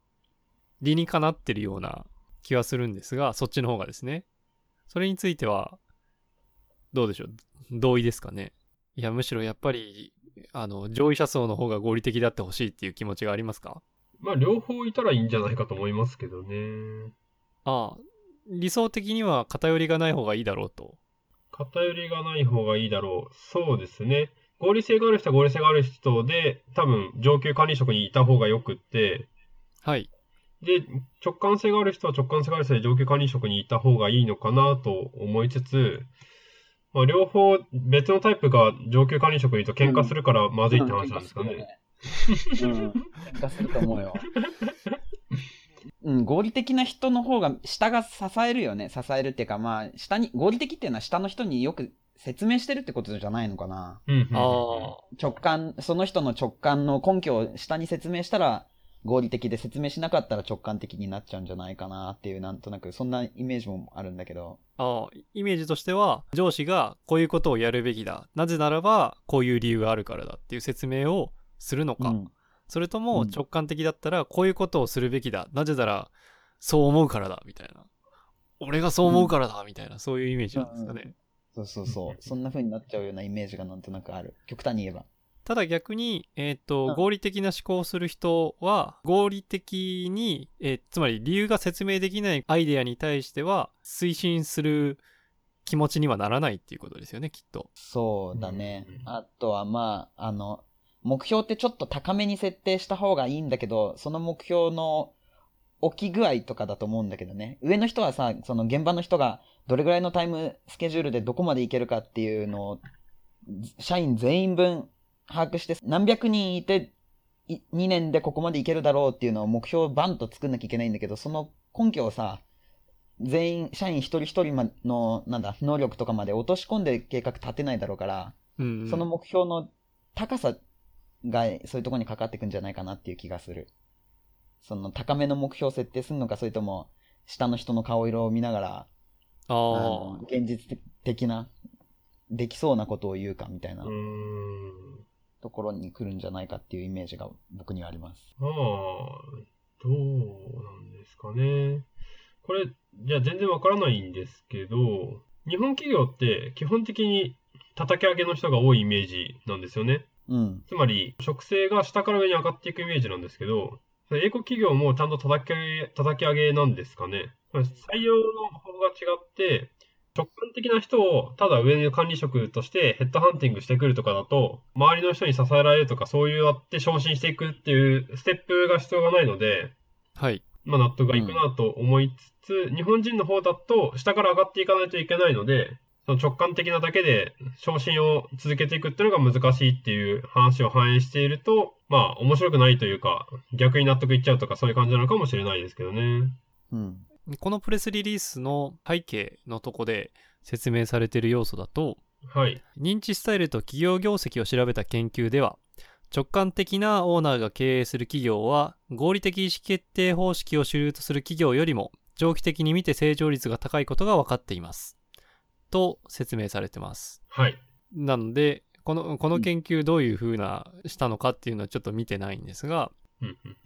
理にかなってるような気はするんですがそっちの方がですねそれについてはどうでしょう同意ですかねいやむしろやっぱりあの上位者層の方が合理的であってほしいっていう気持ちがありますかまあ、両方いたらいいんじゃないかと思いますけどね。ああ理想的には偏りがない方がいいだろうと。偏りがない方がいいだろう。そうですね。合理性がある人は合理性がある人で、多分上級管理職にいた方がよくって、はい。で、直感性がある人は直感性がある人で上級管理職にいた方がいいのかなと思いつつ、まあ、両方別のタイプが上級管理職にいると喧嘩するからまずいって話なんですかね。うん。喧嘩すると思うよ。うん、合理的な人の方が下が支えるよね。支えるっていうか、まあ、下に、合理的っていうのは下の人によく説明してるってことじゃないのかな。うんうんうんあ直感、その人の直感の根拠を下に説明したら合理的で説明しなかったら直感的になっちゃうんじゃないかなっていう、なんとなく、そんなイメージもあるんだけど。ああ、イメージとしては、上司がこういうことをやるべきだ。なぜならば、こういう理由があるからだっていう説明をするのか。うんそれとうもん直感的だったら、こういうことをするべきだ。なぜなら、そう思うからだ。みたいな。俺がそう思うからだ。みたいな、そういうイメージなんですかね。そうそうそう。そんな風になっちゃうようなイメージがなんとなくある。極端に言えば。ただ逆に、えーっとうん合理的な思考をする人は合理的に、えーつまり理由が説明できないアイデアに対しては推進する気持ちにはならないっていうことですよねきっと。そうだねうんうん。あとはまあ、あの、目標ってちょっと高めに設定した方がいいんだけど、その目標の起き具合とかだと思うんだけどね。上の人はさ、その現場の人がどれぐらいのタイムスケジュールでどこまでいけるかっていうのを、社員全員分把握して、何百人いて、い2年でここまでいけるだろうっていうのを目標をバンと作んなきゃいけないんだけど、その根拠をさ、全員、社員一人一人まの、なんだ、能力とかまで落とし込んで計画立てないだろうから、うんうんその目標の高さが、そういうところにかかってくんじゃないかなっていう気がする。その高めの目標を設定するのか、それとも、下の人の顔色を見ながら、ああーの現実的な、できそうなことを言うかみたいなうーん。ところに来るんじゃないかっていうイメージが僕にはあります。まあ、どうなんですかね。これ、じゃあ全然わからないんですけど、日本企業って基本的に叩き上げの人が多いイメージなんですよね。うん。つまり、職制が下から上に上がっていくイメージなんですけど、英国企業もちゃんと叩き上げ、叩き上げなんですかね。採用の方法が違って、直感的な人をただ上の管理職としてヘッドハンティングしてくるとかだと、周りの人に支えられるとか、そういうやって昇進していくっていうステップが必要がないので、はい。まあ納得がいくなと思いつつ、日本人の方だと下から上がっていかないといけないので、その直感的なだけで昇進を続けていくっていうのが難しいっていう話を反映していると、まあ面白くないというか、逆に納得いっちゃうとかそういう感じなのかもしれないですけどね。うん。このプレスリリースの背景のとこで説明されている要素だとはい。認知スタイルと企業業績を調べた研究では直感的なオーナーが経営する企業は合理的意思決定方式を主流とする企業よりも長期的に見て成長率が高いことが分かっていますと説明されてますはい。なのでこのこの研究どういうふうなしたのかっていうのはちょっと見てないんですがうんうん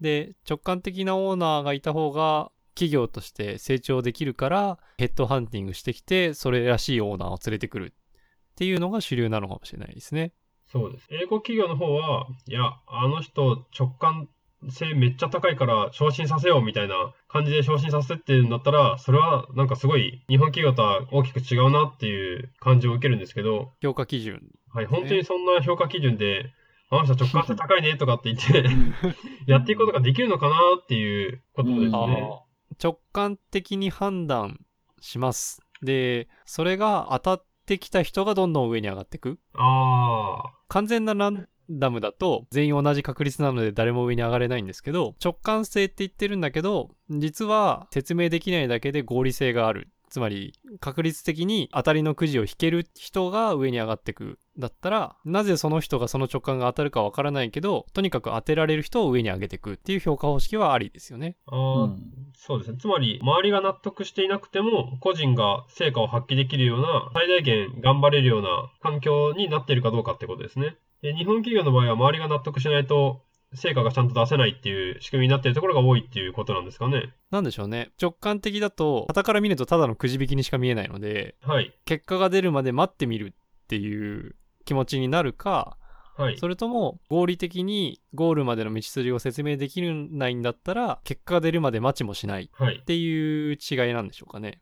で直感的なオーナーがいた方が企業として成長できるからヘッドハンティングしてきてそれらしいオーナーを連れてくるっていうのが主流なのかもしれないですね。そうです。英国企業の方は、いや、あの人直感性めっちゃ高いから昇進させようみたいな感じで昇進させてっていうんだったら、それはなんかすごい日本企業とは大きく違うなっていう感じを受けるんですけど、評価基準。はい、本当にそんな評価基準で、あの人直感性高いねとかって言って、 (laughs) やっていくことができるのかなっていうことですうんね。あー直感的に判断します。で、それが当たってきた人がどんどん上に上がっていく。あ完全なランダムだと全員同じ確率なので誰も上に上がれないんですけど直感性って言ってるんだけど実は説明できないだけで合理性があるつまり確率的に当たりのくじを引ける人が上に上がってくだったらなぜその人がその直感が当たるかわからないけどとにかく当てられる人を上に上げていくっていう評価方式はありですよねあ、ああ、そうですね。つまり、周りが納得していなくても、個人が成果を発揮できるような、最大限頑張れるような環境になっているかどうかってことですね。で日本企業の場合は、周りが納得しないと、成果がちゃんと出せないっていう仕組みになっているところが多いっていうことなんですかね。なんでしょうね直感的だと傍から見るとただのくじ引きにしか見えないのではい。結果が出るまで待ってみるっていう気持ちになるかはい。それとも合理的にゴールまでの道筋を説明できないんだったら結果が出るまで待ちもしないっはい。ていう違いなんでしょうかね。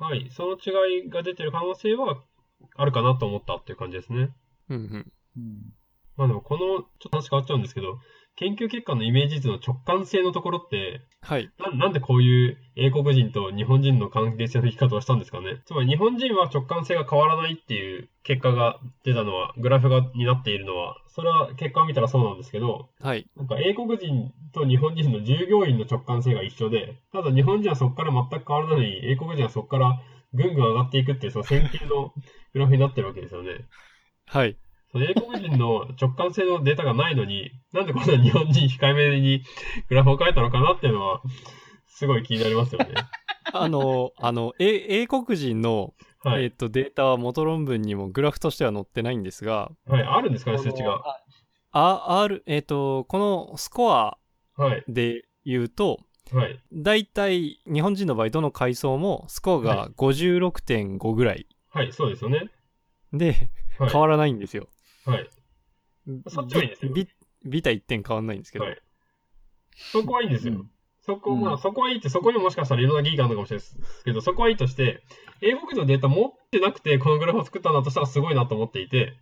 はい。その違いが出てる可能性は、あるかなと思ったっていう感じですね。うんうん。まあでも、この、ちょっと話変わっちゃうんですけど、研究結果のイメージ図の直感性のところって、はい。ななんでこういう英国人と日本人の関係性の生き方をしたんですかねつまり日本人は直感性が変わらないっていう結果が出たのは、グラフがになっているのは、それは結果を見たらそうなんですけど、はい。なんか英国人と日本人の従業員の直感性が一緒で、ただ日本人はそこから全く変わらないのに、英国人はそこからぐんぐん上がっていくっていう、その線形のグラフになってるわけですよね。はい。その英国人の直感性のデータがないのに、なんでこんな日本人控えめに (laughs) グラフを書いたのかなっていうのは、すごい気になりますよね。 (laughs) あの、 (laughs) あの、え英国人の、はえい。っとデータは元論文にもグラフとしては載ってないんですが、はい、あるんですかね、数値が。が。あ R、えっ、と、このスコアはい。で言うと、はい。だいたい日本人の場合どの階層もスコアはが56.5ぐらいはい、そうですよね。ではい。変わらないんですよ。はい。そっちはいいですよビビタ1点変わんないんですけど、はいそこはいいんですよ。うんそこ、うんまあ、そこはいいって、そこにもしかしたらいろんな議義があるのかもしれないですけど、そこはいいとして、英国人のデータ持ってなくて、このグラフを作ったんだとしたらすごいなと思って (laughs) いて、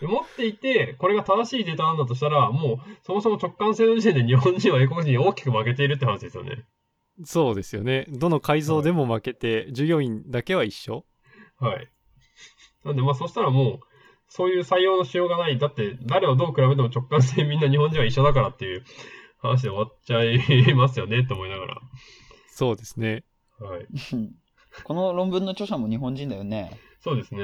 持っていて、これが正しいデータなんだとしたら、もう、そもそも直感性の時点で日本人は英国人に大きく負けているって話ですよね。そうですよねどの改造でも負けて、従業員だけは一緒はい。なんで、まあ、そしたらもう、そういう採用のしようがない。だって、誰をどう比べても直感性みんな日本人は一緒だからっていう話で終わっちゃいますよね、と思いながそうですねら。はい。うんこの論文の著者も日本人だよね。そうですね。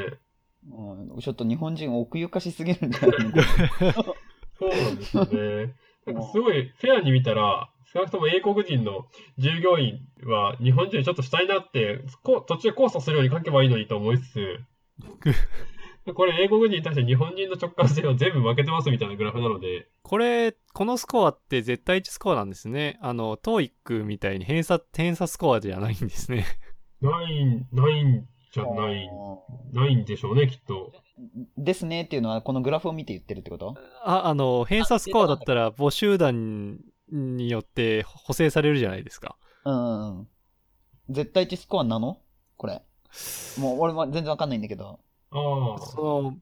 うん、ちょっと日本人奥ゆかしすぎるんじゃないのそうなんですよね。なんかすごいフェアに見たら、少なくとも英国人の従業員は日本人にちょっとしたいなって、こ途中交差するように書けばいいのにと思いつつ、これ英国人に対して日本人の直感性は全部負けてますみたいなグラフなので、これこのスコアって絶対値スコアなんですねあの TOEIC みたいに偏差偏差スコアじゃないんですね (laughs) ないん、ないんじゃない、 (laughs) ないんでしょうね、きっと。ですねっていうのは、このグラフを見て言ってるってことああの偏差スコアだったら募集団によって補正されるじゃないですかうんうんうん。絶対値スコアなのこ (sighs) れ。もう俺は全然わかんないんだけど。ああ、その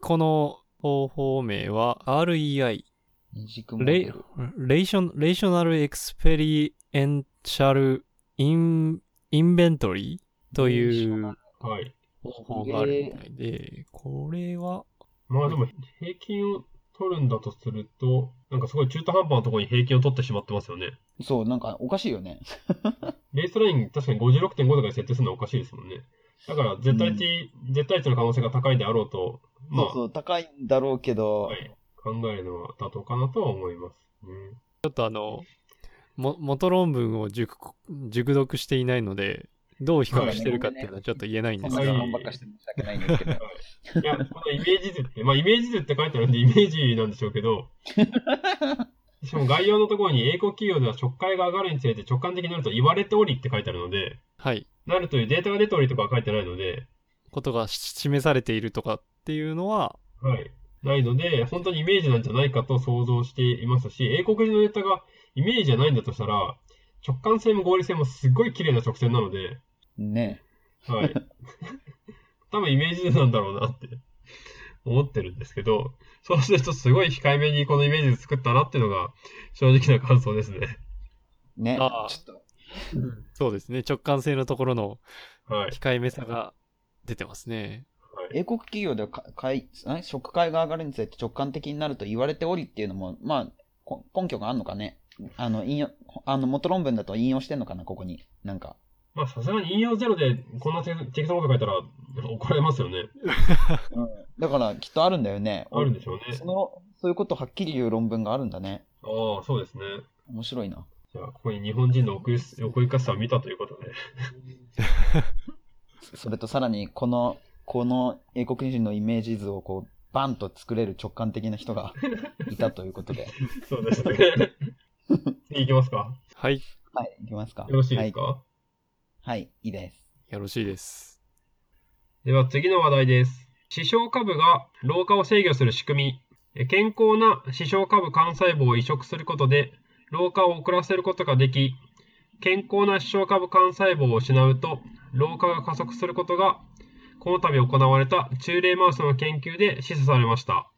この方法名は REI 二軸モデレイル。レーション、レーショナルエクスペリエンシャルイン、インベントリーというはい。方法があるみたいで、これは、まあでも平均を取るんだとすると、なんかすごい中途半端なところに平均を取ってしまってますよね。そう、なんかおかしいよね。ベースライン確かに56.5とかに設定するのはおかしいですもんね。だから絶対値、絶対値の可能性が高いであろうと、まそうあ、そう、高いんだろうけど、はい、考えるのは妥当かなとは思います、ね。ちょっとあの、も元論文を熟熟読していないので、どう比較してるかっていうのはちょっと言えないんそでんすなが、疑はい問ばっかして申し訳ないんですけど。いや、このイメージ図って、まあイメージ図って書いてあるんでイメージなんでしょう (laughs) けど、しかも概要のところに英国企業では直感が上がるにつれて直感的になると言われておりって書いてあるので、はい、なるというデータが出ておりとかは書いてないので、ことが示されているとかっていうのは、はい。ないので、本当にイメージなんじゃないかと想像していますし、英国人のデータがイメージじゃないんだとしたら、直感性も合理性もすごい綺麗な直線なので、ねはい。多分イメージ図なんだろうなって思ってるんですけど、そうするとすごい控えめにこのイメージで作ったなっていうのが正直な感想ですね。ね。ああちょっと。そうですね。直感性のところのはい。控えめさが出てますね。英国企業ではか会、ん食会が上がるにつれて直感的になると言われておりっていうのも、まあ、こ根拠があるのかね。あの、引用、あの、元論文だと引用してんのかな、ここに。なんか。まあさすがに引用ゼロでこんな適適当なこと書いたら怒られますよね。だから、きっとあるんだよね。あるんでしょうね。その、そういうことをはっきり言う論文があるんだね。ああ、そうですね。面白いな。じゃあ、ここに日本人の奥ゆす (laughs) 奥ゆかしさを見たということで。それとさらに、この、この英国人のイメージ図をこう、バンと作れる直感的な人がいたということ (laughs) で。そうですね。次行きますか。はい。はい、いきますか。よろしいですか、はい、はい、いいです。よろしいです。では次の話題です。視床下部が老化を制御する仕組み。え健康な視床下部幹細胞を移植することで、老化を遅らせることができ、健康な視床下部幹細胞を失うと、老化が加速することが、この度行われた中例マウスの研究で示唆されました。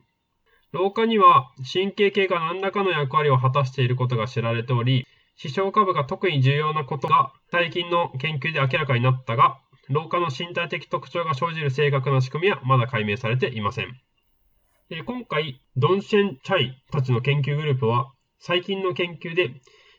老化には神経系が何らかの役割を果たしていることが知られており、視床下部が特に重要なことが最近の研究で明らかになったが、老化の身体的特徴が生じる正確な仕組みはまだ解明されていません。えー今回、ドンシェン・チャイたちの研究グループは、最近の研究で、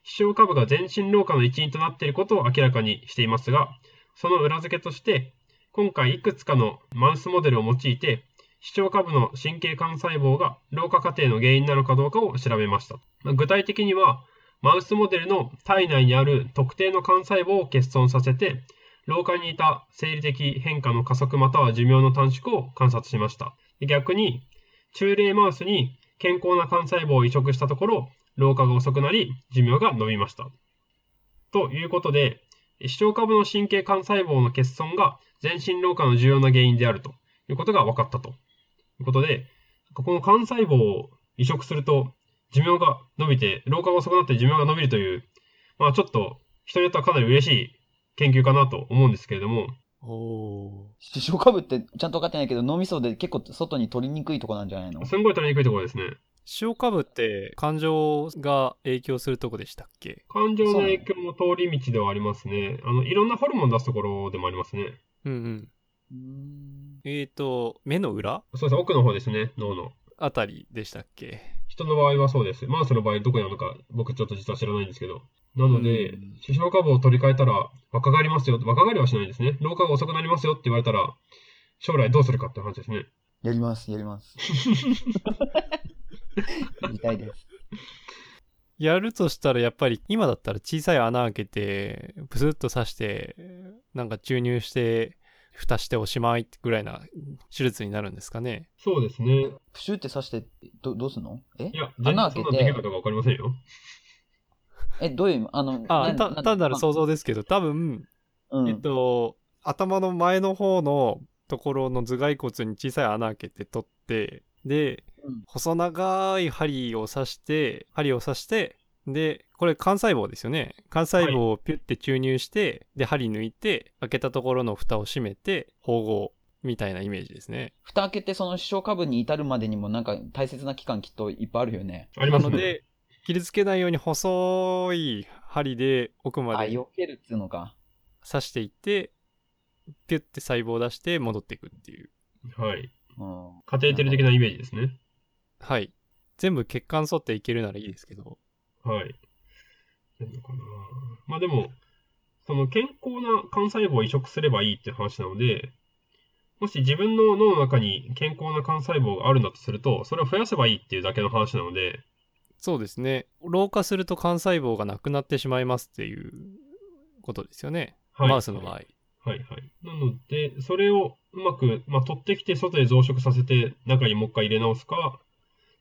視床下部が全身老化の一因となっていることを明らかにしていますが、その裏付けとして、今回いくつかのマウスモデルを用いて、視床下部の神経幹細胞が老化過程の原因なのかどうかを調べました。まあ具体的には、マウスモデルの体内にある特定の幹細胞を欠損させて、老化に似た生理的変化の加速または寿命の短縮を観察しました。逆に、中例マウスに健康な幹細胞を移植したところ、老化が遅くなり、寿命が伸びました。ということで、視床下部の神経幹細胞の欠損が全身老化の重要な原因であるということが分かったということで、ここの幹細胞を移植すると、寿命が伸びて、老化が遅くなって寿命が伸びるという、まあちょっと人によってはかなり嬉しい研究かなと思うんですけれども、お視床下部ってちゃんと分かってないけど、脳みそで結構外に取りにくいとこなんじゃないのすんごい取りにくいところですね。塩カブって感情が影響するとこでしたっけ感情の影響も通り道ではありますね。あの、いろんなホルモン出すところでもありますね。うんうん。うーんえっ、と、目の裏そうですね、奥の方ですね、脳の。あたりでしたっけ人の場合はそうです。マウスの場合どこにあるのか、僕ちょっと実は知らないんですけど。なのでうん、視床下部を取り替えたら、若返りますよ。若返りはしないんですね。老化が遅くなりますよって言われたら、将来どうするかって話ですね。やります、やり (laughs) ます。やりたいです。やるとしたらやっぱり今だったら小さい穴開けてブスッと刺してなんか注入して蓋しておしまいぐらいな手術になるんですかねそうですね。いプシュって刺して、どどうすんのえや、全穴開けて然そんなんできるかどうかわかりませんよ。え、どういう意味あの、あた単なる想像。像ですけど多分、うんえっと頭の前の方のところの頭蓋骨に小さい穴開けて取ってで、うん細長い針を刺して針を刺してでこれ幹細胞ですよね幹細胞をピュッて注入して、で針抜いて開けたところの蓋を閉めて縫合みたいなイメージです (laughs) ね蓋開けてその視床下部に至るまでにもなんか大切な期間きっといっぱいあるよね。ありなますのね。で切りつけないように細い針で奥あ、まで避けるっつうのか。刺していってピュッて細胞を出して戻っていくっていうはい。うん。カテーテル的なイメージですね。はい。全部血管沿っていけるならいいですけど。はい。なんのかなまあでも、その健康な幹細胞を移植すればいいっていう話なので、もし自分の脳の中に健康な幹細胞があるんだとすると、それを増やせばいいっていうだけの話なので、そうですね。老化すると幹細胞がなくなってしまいますっていうことですよね。はい、マウスの場合。はいはい。なので、それをうまく、まあ、取ってきて外で増殖させて中にもう一回入れ直すか、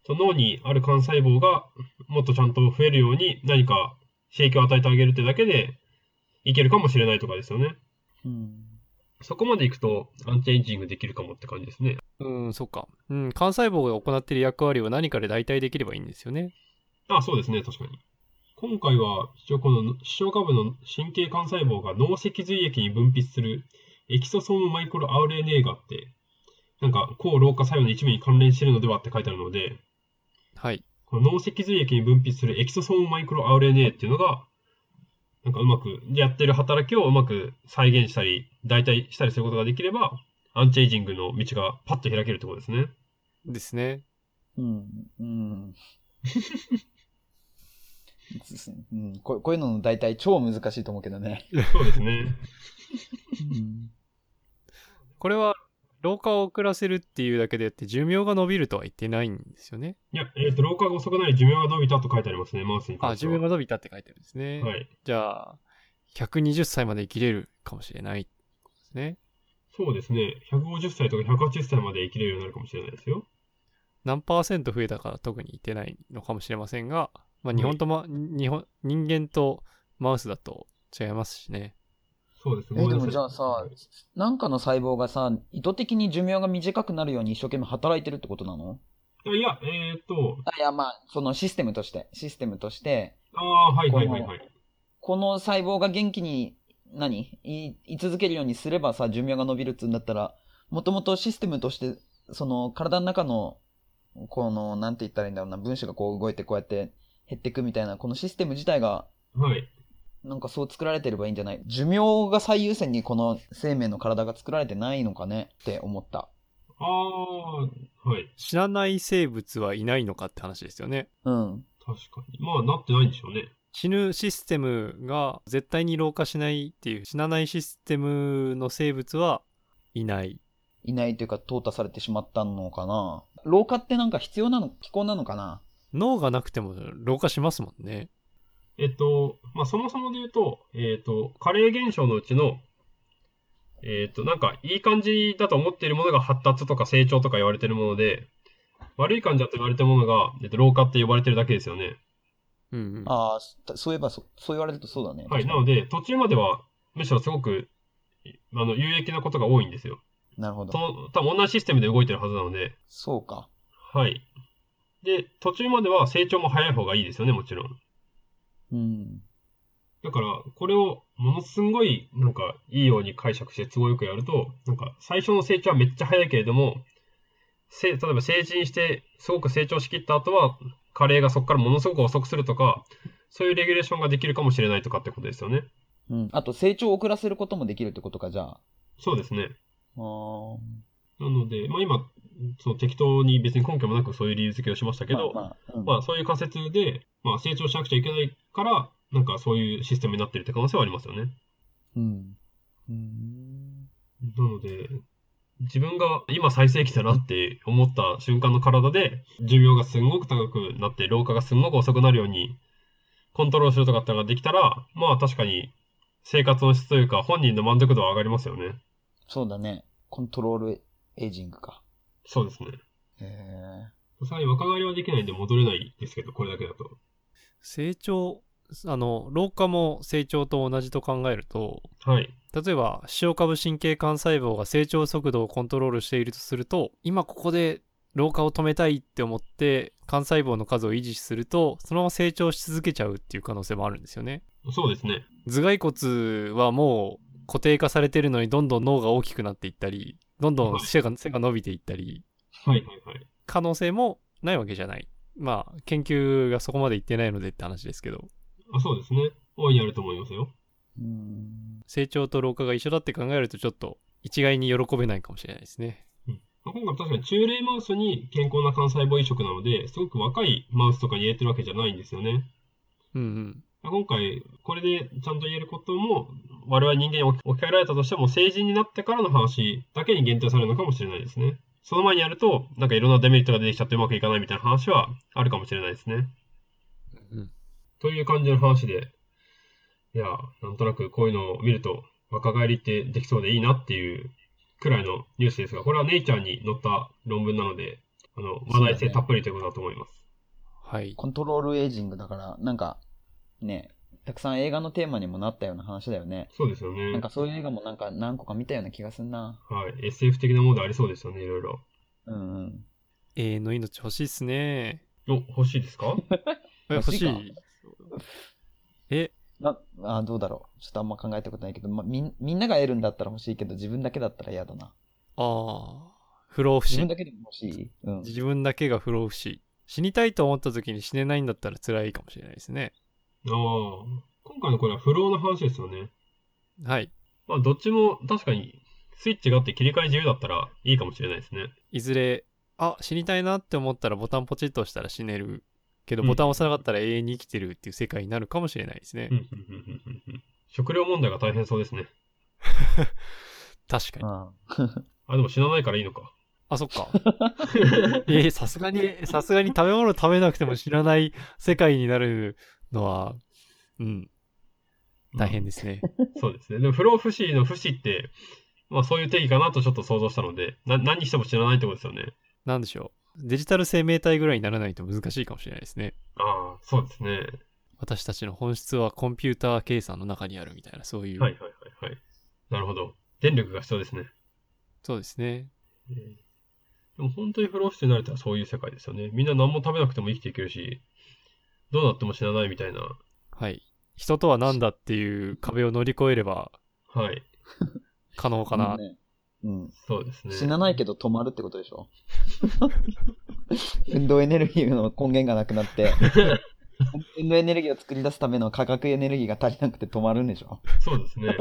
その脳にある幹細胞がもっとちゃんと増えるように何か刺激を与えてあげるってだけでいけるかもしれないとかですよね。うん。そこまでいくとアンチエイジングできるかもって感じですね。うん、そっか。うん、幹細胞が行っている役割を何かで代替できればいいんですよね。あ、そうですね、確かに。今回は、一応この視床下部の神経幹細胞が脳脊髄液に分泌するエキソソームマイクロ RNA があって、なんか、抗老化作用の一部に関連しているのではって書いてあるので、はい。この脳脊髄液に分泌するエキソソームマイクロ RNA っていうのが、なんかうまく、やってる働きをうまく再現したり、代替したりすることができれば、アンチエイジングの道がパッと開けるってことですね。ですね。うん。うん。ですね (laughs) うん、ここういうのの大体超難しいと思うけどね。そうですね。これは、老化を遅らせるっていうだけであって、寿命が伸びるとは言ってないんですよね。いや、えっ、と、老化が遅くなり寿命が伸びたと書いてありますね、マウスに関あ、して寿は。命が伸びたって書いてあるんですね。はい。じゃあ、120歳まで生きれるかもしれないってことですね。そうですね。150歳とか180歳まで生きれるようになるかもしれないですよ。何パーセント増えたか特に言ってないのかもしれませんが、まあ、い日本と、ま、日本、人間とマウスだと違いますしね。そうですえ、ね。でもじゃあさ、なんかの細胞がさ、意図的に寿命が短くなるように一生懸命働いてるってことなのあいや、えーっと、あいや、まあ、そのシステムとして、システムとして、ああ、はいはいはいはい。この細胞が元気に、何い、い続けるようにすればさ、寿命が伸びるっつうんだったら、もともとシステムとして、その、体の中の、この、なんて言ったらいいんだろうな、分子がこう動いてこうやって減っていくみたいな、このシステム自体が、はい。なんかそう作られてればいいんじゃない寿命が最優先にこの生命の体が作られてないのかねって思った。ああ、はい。死なない生物はいないのかって話ですよね。うん。確かに。まあ、なってないんでしょうね。死ぬシステムが絶対に老化しないっていう死なないシステムの生物はいない。いないというか、淘汰されてしまったのかな老化ってなんか必要なの、気候なのかな脳がなくても老化しますもんね。えっと、まあ、そもそもで言うと、えっと、加齢現象のうちの、えっと、なんか、いい感じだと思っているものが発達とか成長とか言われてるもので、悪い感じだと言われてるものが、えっと、老化って呼ばれてるだけですよね。うん、うん。ああ、そういえばそ、そう言われるとそうだね。はい。なので、途中までは、むしろすごく、あの、有益なことが多いんですよ。なるほどそ。の、多分同じシステムで動いてるはずなので、そうか。はい。で、途中までは成長も早い方がいいですよね、もちろん。うん。だから、これをものすんごい、なんか、いいように解釈して都合よくやると、なんか、最初の成長はめっちゃ早いけれども、せ例えば成人して、すごく成長しきった後は、加齢がそこからものすごく遅くするとか、そういうレギュレーションができるかもしれないとかってことですよね。うん。あと、成長を遅らせることもできるってことか、じゃあ。そうですね。あーなので、まあ今、その適当に別に根拠もなくそういう理由付けをしましたけど、まあ、まあうんまあそういう仮説で、まあ成長しなくちゃいけないから、なんかそういうシステムになってるって可能性はありますよね。うん。うん。なので、自分が今最盛期だなって思った瞬間の体で、寿命がすんごく高くなって、老化がすんごく遅くなるように、コントロールするとかってのができたら、まあ確かに生活の質というか本人の満足度は上がりますよね。そうだね。コントロールエイジングか。そうですね。へえ。さすがに若返りはできないんで戻れないですけど、これだけだと。成長、あの、老化も成長と同じと考えると、はい。例えば、視床下部神経幹細胞が成長速度をコントロールしているとすると、今ここで老化を止めたいって思って、幹細胞の数を維持すると、そのまま成長し続けちゃうっていう可能性もあるんですよね。そうですね。頭蓋骨はもう固定化されてるのにどんどん脳が大きくなっていったり、どんどん背が背が伸びていったり、はいはいはい。可能性もないわけじゃない。まあ、研究がそこまでいってないのでって話ですけど、あ、そうですね。大いにあると思いますよ。うん。成長と老化が一緒だって考えるとちょっと一概に喜べないかもしれないですね。まあ今回確かに中齢マウスに健康な幹細胞移植なので、すごく若いマウスとかに入れてるわけじゃないんですよね。うんうん。今回、これでちゃんと言えることも、我々人間に置き置き換えられたとしても、成人になってからの話だけに限定されるのかもしれないですね。その前にやると、なんかいろんなデメリットが出てきちゃってうまくいかないみたいな話はあるかもしれないですね。うんという感じの話で、いや、なんとなくこういうのを見ると、若返りってできそうでいいなっていうくらいのニュースですが、これはネイチャーに載った論文なので、あの、話題性たっぷりということだと思います。はい。コントロールエイジングだから、なんか、ね、たくさん映画のテーマにもなったような話だよね。そうですよね。なんかそういう映画もなんか何個か見たような気がすんな。はい。SF 的なものでありそうですよね、いろいろ。うんうん。永遠の命欲しいっすね。お、欲しいです (laughs) か欲え欲しいしかい。え、なあどうだろう。ちょっとあんま考えたことないけど、まあ、みんみんなが得るんだったら欲しいけど、自分だけだったら嫌だな。ああ、不老不自死分。だけでも欲しい。うん。自分だけが不老不死。死にたいと思った時に死ねないんだったら辛いかもしれないですね。ああ。今回のこれは不老の話ですよね。はい。まあ、どっちも確かに、スイッチがあって切り替え自由だったらいいかもしれないですね。いずれ、あ、死にたいなって思ったらボタンポチッと押したら死ねる。けど、うんボタン押さなかったら永遠に生きてるっていう世界になるかもしれないですねう。んうんうんうんうんうん食料問題が大変そうですね。確 (laughs) かうに。んあ、でも死なないからいいの (laughs) か。あ、そっか。えーさすがに、さすがに食べ物食べなくても知らない世界になるのは、うん、大変ですね。 (laughs) そうですね。でも不老不死の不死って、まあそういう定義かなとちょっと想像したので、な何にしても死なないってことですよね。なんでしょう。デジタル生命体ぐらいにならないと難しいかもしれないですね。ああ、そうですね。はい私たちの本質はコンピューター計算の中にあるみたいな、そういう。はいはいはい。なるほど。電力が必要ですね。そうですね。うんでも本当に不老不死になれたらそういう世界ですよね。みんな何も食べなくても生きていけるし、どうなっても死なないみたいな。はい。人とは何だっていう壁を乗り越えればはい。可能かな。ねうん。そうですね。死なないけど止まるってことでし (laughs) ょ運動エネルギーの根源がなくなって、運動エネルギーを作り出すための化学エネルギーが足りなくて止まるんでしょそうですね。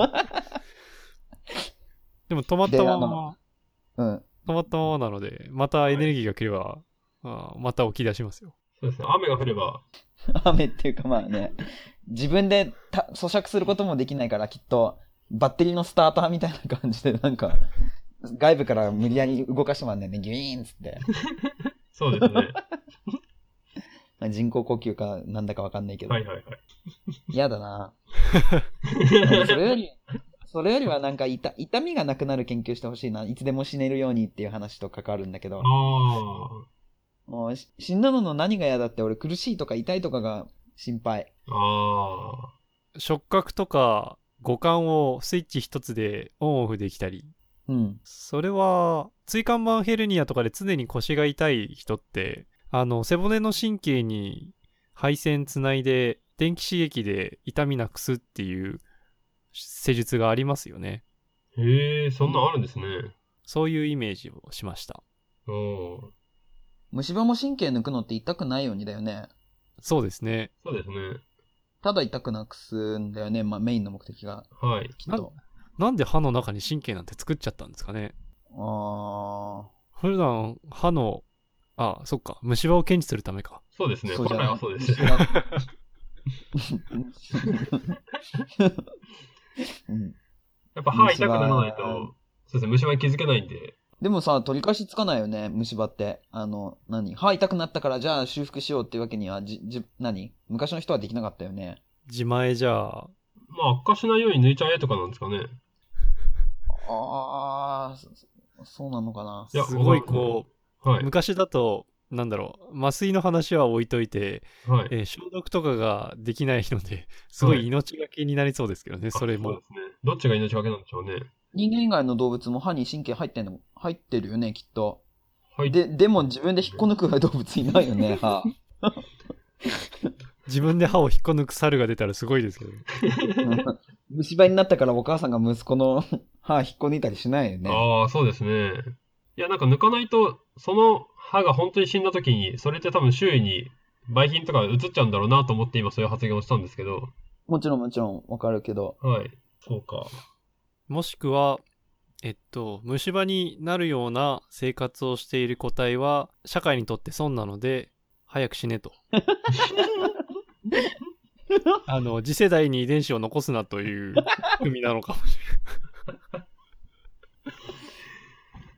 でも止まったまであまの、うん。止まったままなので、またエネルギーが来れば、あーまた起き出しますよ。そうですね。雨が降れば、 (laughs) 雨っていうかまあね、自分でた咀嚼することもできないからきっと、バッテリーのスターターみたいな感じでなんか、外部から無理やり動かしてもらうんだよね、ギュイーンっつって。そうですね。人工呼吸かなんだかわかんないけどは。いはいはい。嫌だ (laughs) な。それより、それよりはなんか痛痛みがなくなる研究してほしいな。いつでも死ねるようにっていう話と関わるんだけど、あもうし死んだのの何が嫌だって俺苦しいとか痛いとかが心配。あ。あ触覚とか五感をスイッチ一つでオンオフできたりうん。それは椎間板ヘルニアとかで常に腰が痛い人ってあの背骨の神経に配線つないで電気刺激で痛みなくすっていう施術がありますよねあ。へえ、そんなんあるんですね。そういうイメージをしましたおー虫歯も神経抜くのって痛くないようにだよね。そうですねそうですね。ただ痛くなくすんだよね。まあメインの目的が、はい。きっと。なんで歯の中に神経なんて作っちゃったんですかねあ普段歯のあそっか虫歯を検知するためかそうですあ、ね。本来はそうです。 (laughs) 虫歯う (laughs) んやっぱ歯痛くならない虫と、そうですね、虫歯に気づけないんで。でもさ、取り返しつかないよね、虫歯って。あの、何歯痛くなったから、じゃあ修復しようっていうわけには、じ、じ、何昔の人はできなかったよね。自前じゃあまあ、悪化しないように抜いちゃえとかなんですかね。ああ、そそうなのかな。いやすごいこはう、い。昔だと、なんだろう、麻酔の話は置いといて、はい。えー消毒とかができないの (laughs) で、すごい命がけになりそうですけどね、それあもう。ですね。どっちが命がけなんでしょうね。人間以外の動物も歯に神経入ってんの、入ってるよね、きっと。はい。で、でも自分で引っこ抜く動物いないよね、歯。自分で歯を引っこ抜く猿が出たらすごいですけど。うん (laughs) 虫歯になったからお母さんが息子の (laughs) 歯引っこ抜いたりしないよね。ああ、そうですね。いや、なんか抜かないと、その歯が本当に死んだ時に、それって多分周囲に、ばい菌とか移っちゃうんだろうなと思って今そういう発言をしたんですけど。もちろんもちろん、わかるけど。はい。そうか。もしくは、えっと、虫歯になるような生活をしている個体は、社会にとって損なので、早く死 (laughs) ねと。あの、次世代に遺伝子を残すなという組なのかもし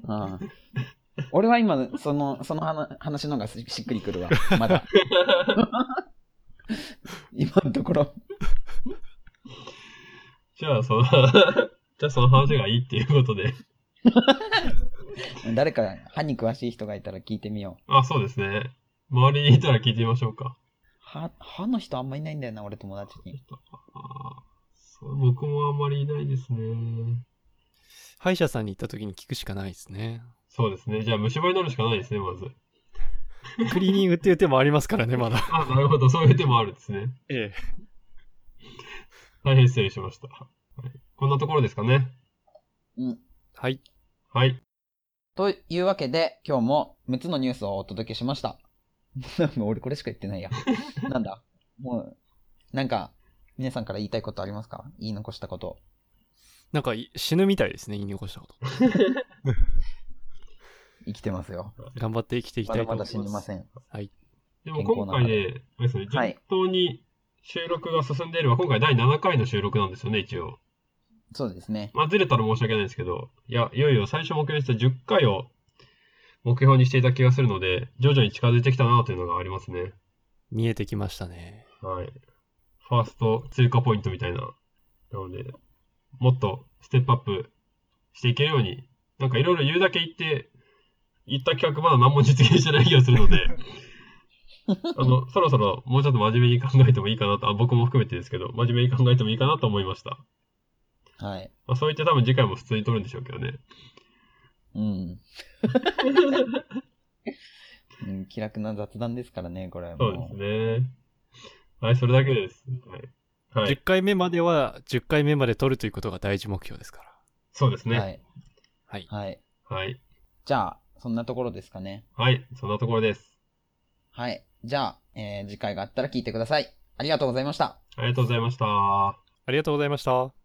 ああ俺は今、その、その話話の方がししっくりくるわ。まだ。今のところ。じゃあ、その、 (laughs) じゃあその話がいいっていうことで。誰か歯に詳しい人がいたら聞いてみよう。あ、そうですね。周りにいたら聞いてみましょうか。歯、歯の人あんまいないんだよな、俺友達に。あーそう僕もあんまりいないですね。れない。歯医者さんに行った時に聞くしかないです (laughs) ね。そうですね。じゃあ、虫歯になるしかないですね、まず。クリーニングっていう手もありますからね、まだ。あ、なるほど。そういう手もあるんですね。ええ。大変失礼しました。はいこんなところですかね。うん。はい。はい。というわけで、今日も6つのニュースをお届けしました。 (laughs) なんか俺これしか言ってないや。 (laughs) なんだもう、なんか、皆さんから言いたいことありますか言い残したこと。なんかい死ぬみたいですね、言い残したこと。生きてますよ。頑張って生きていきまただいとま思いだます。死にません。でも今回ね、あれですよね、はい順当に収録が進んでいれば、今回第7回の収録なんですよね、一応。そうですね。まあ、ずれたら申し訳ないんですけど、いや、いよいよ最初目標にした10回を目標にしていた気がするので、徐々に近づいてきたなというのがありますね。見えてきましたね。はい。ファースト通過ポイントみたいな。なので、もっとステップアップしていけるように、なんかいろいろ言うだけ言って、言った企画まだ何も実現してない気がするので、あの、そろそろもうちょっと真面目に考えてもいいかなと、あ僕も含めてですけど、真面目に考えてもいいかなと思いました。はい。まあ、そういって多分次回も普通に撮るんでしょうけどね。うん。 (laughs) うん気楽な雑談ですからね、これはそもうですね。はい、それだけです。はい。はい、 10回目までは、10回目まで取るということが第一目標ですから。そうですね。はい。はいはい。はい。じゃあ、そんなところですかね。はい、そんなところです。はい。じゃあ、えー次回があったら聞いてください。ありがとうございました。ありがとうございました。ありがとうございました。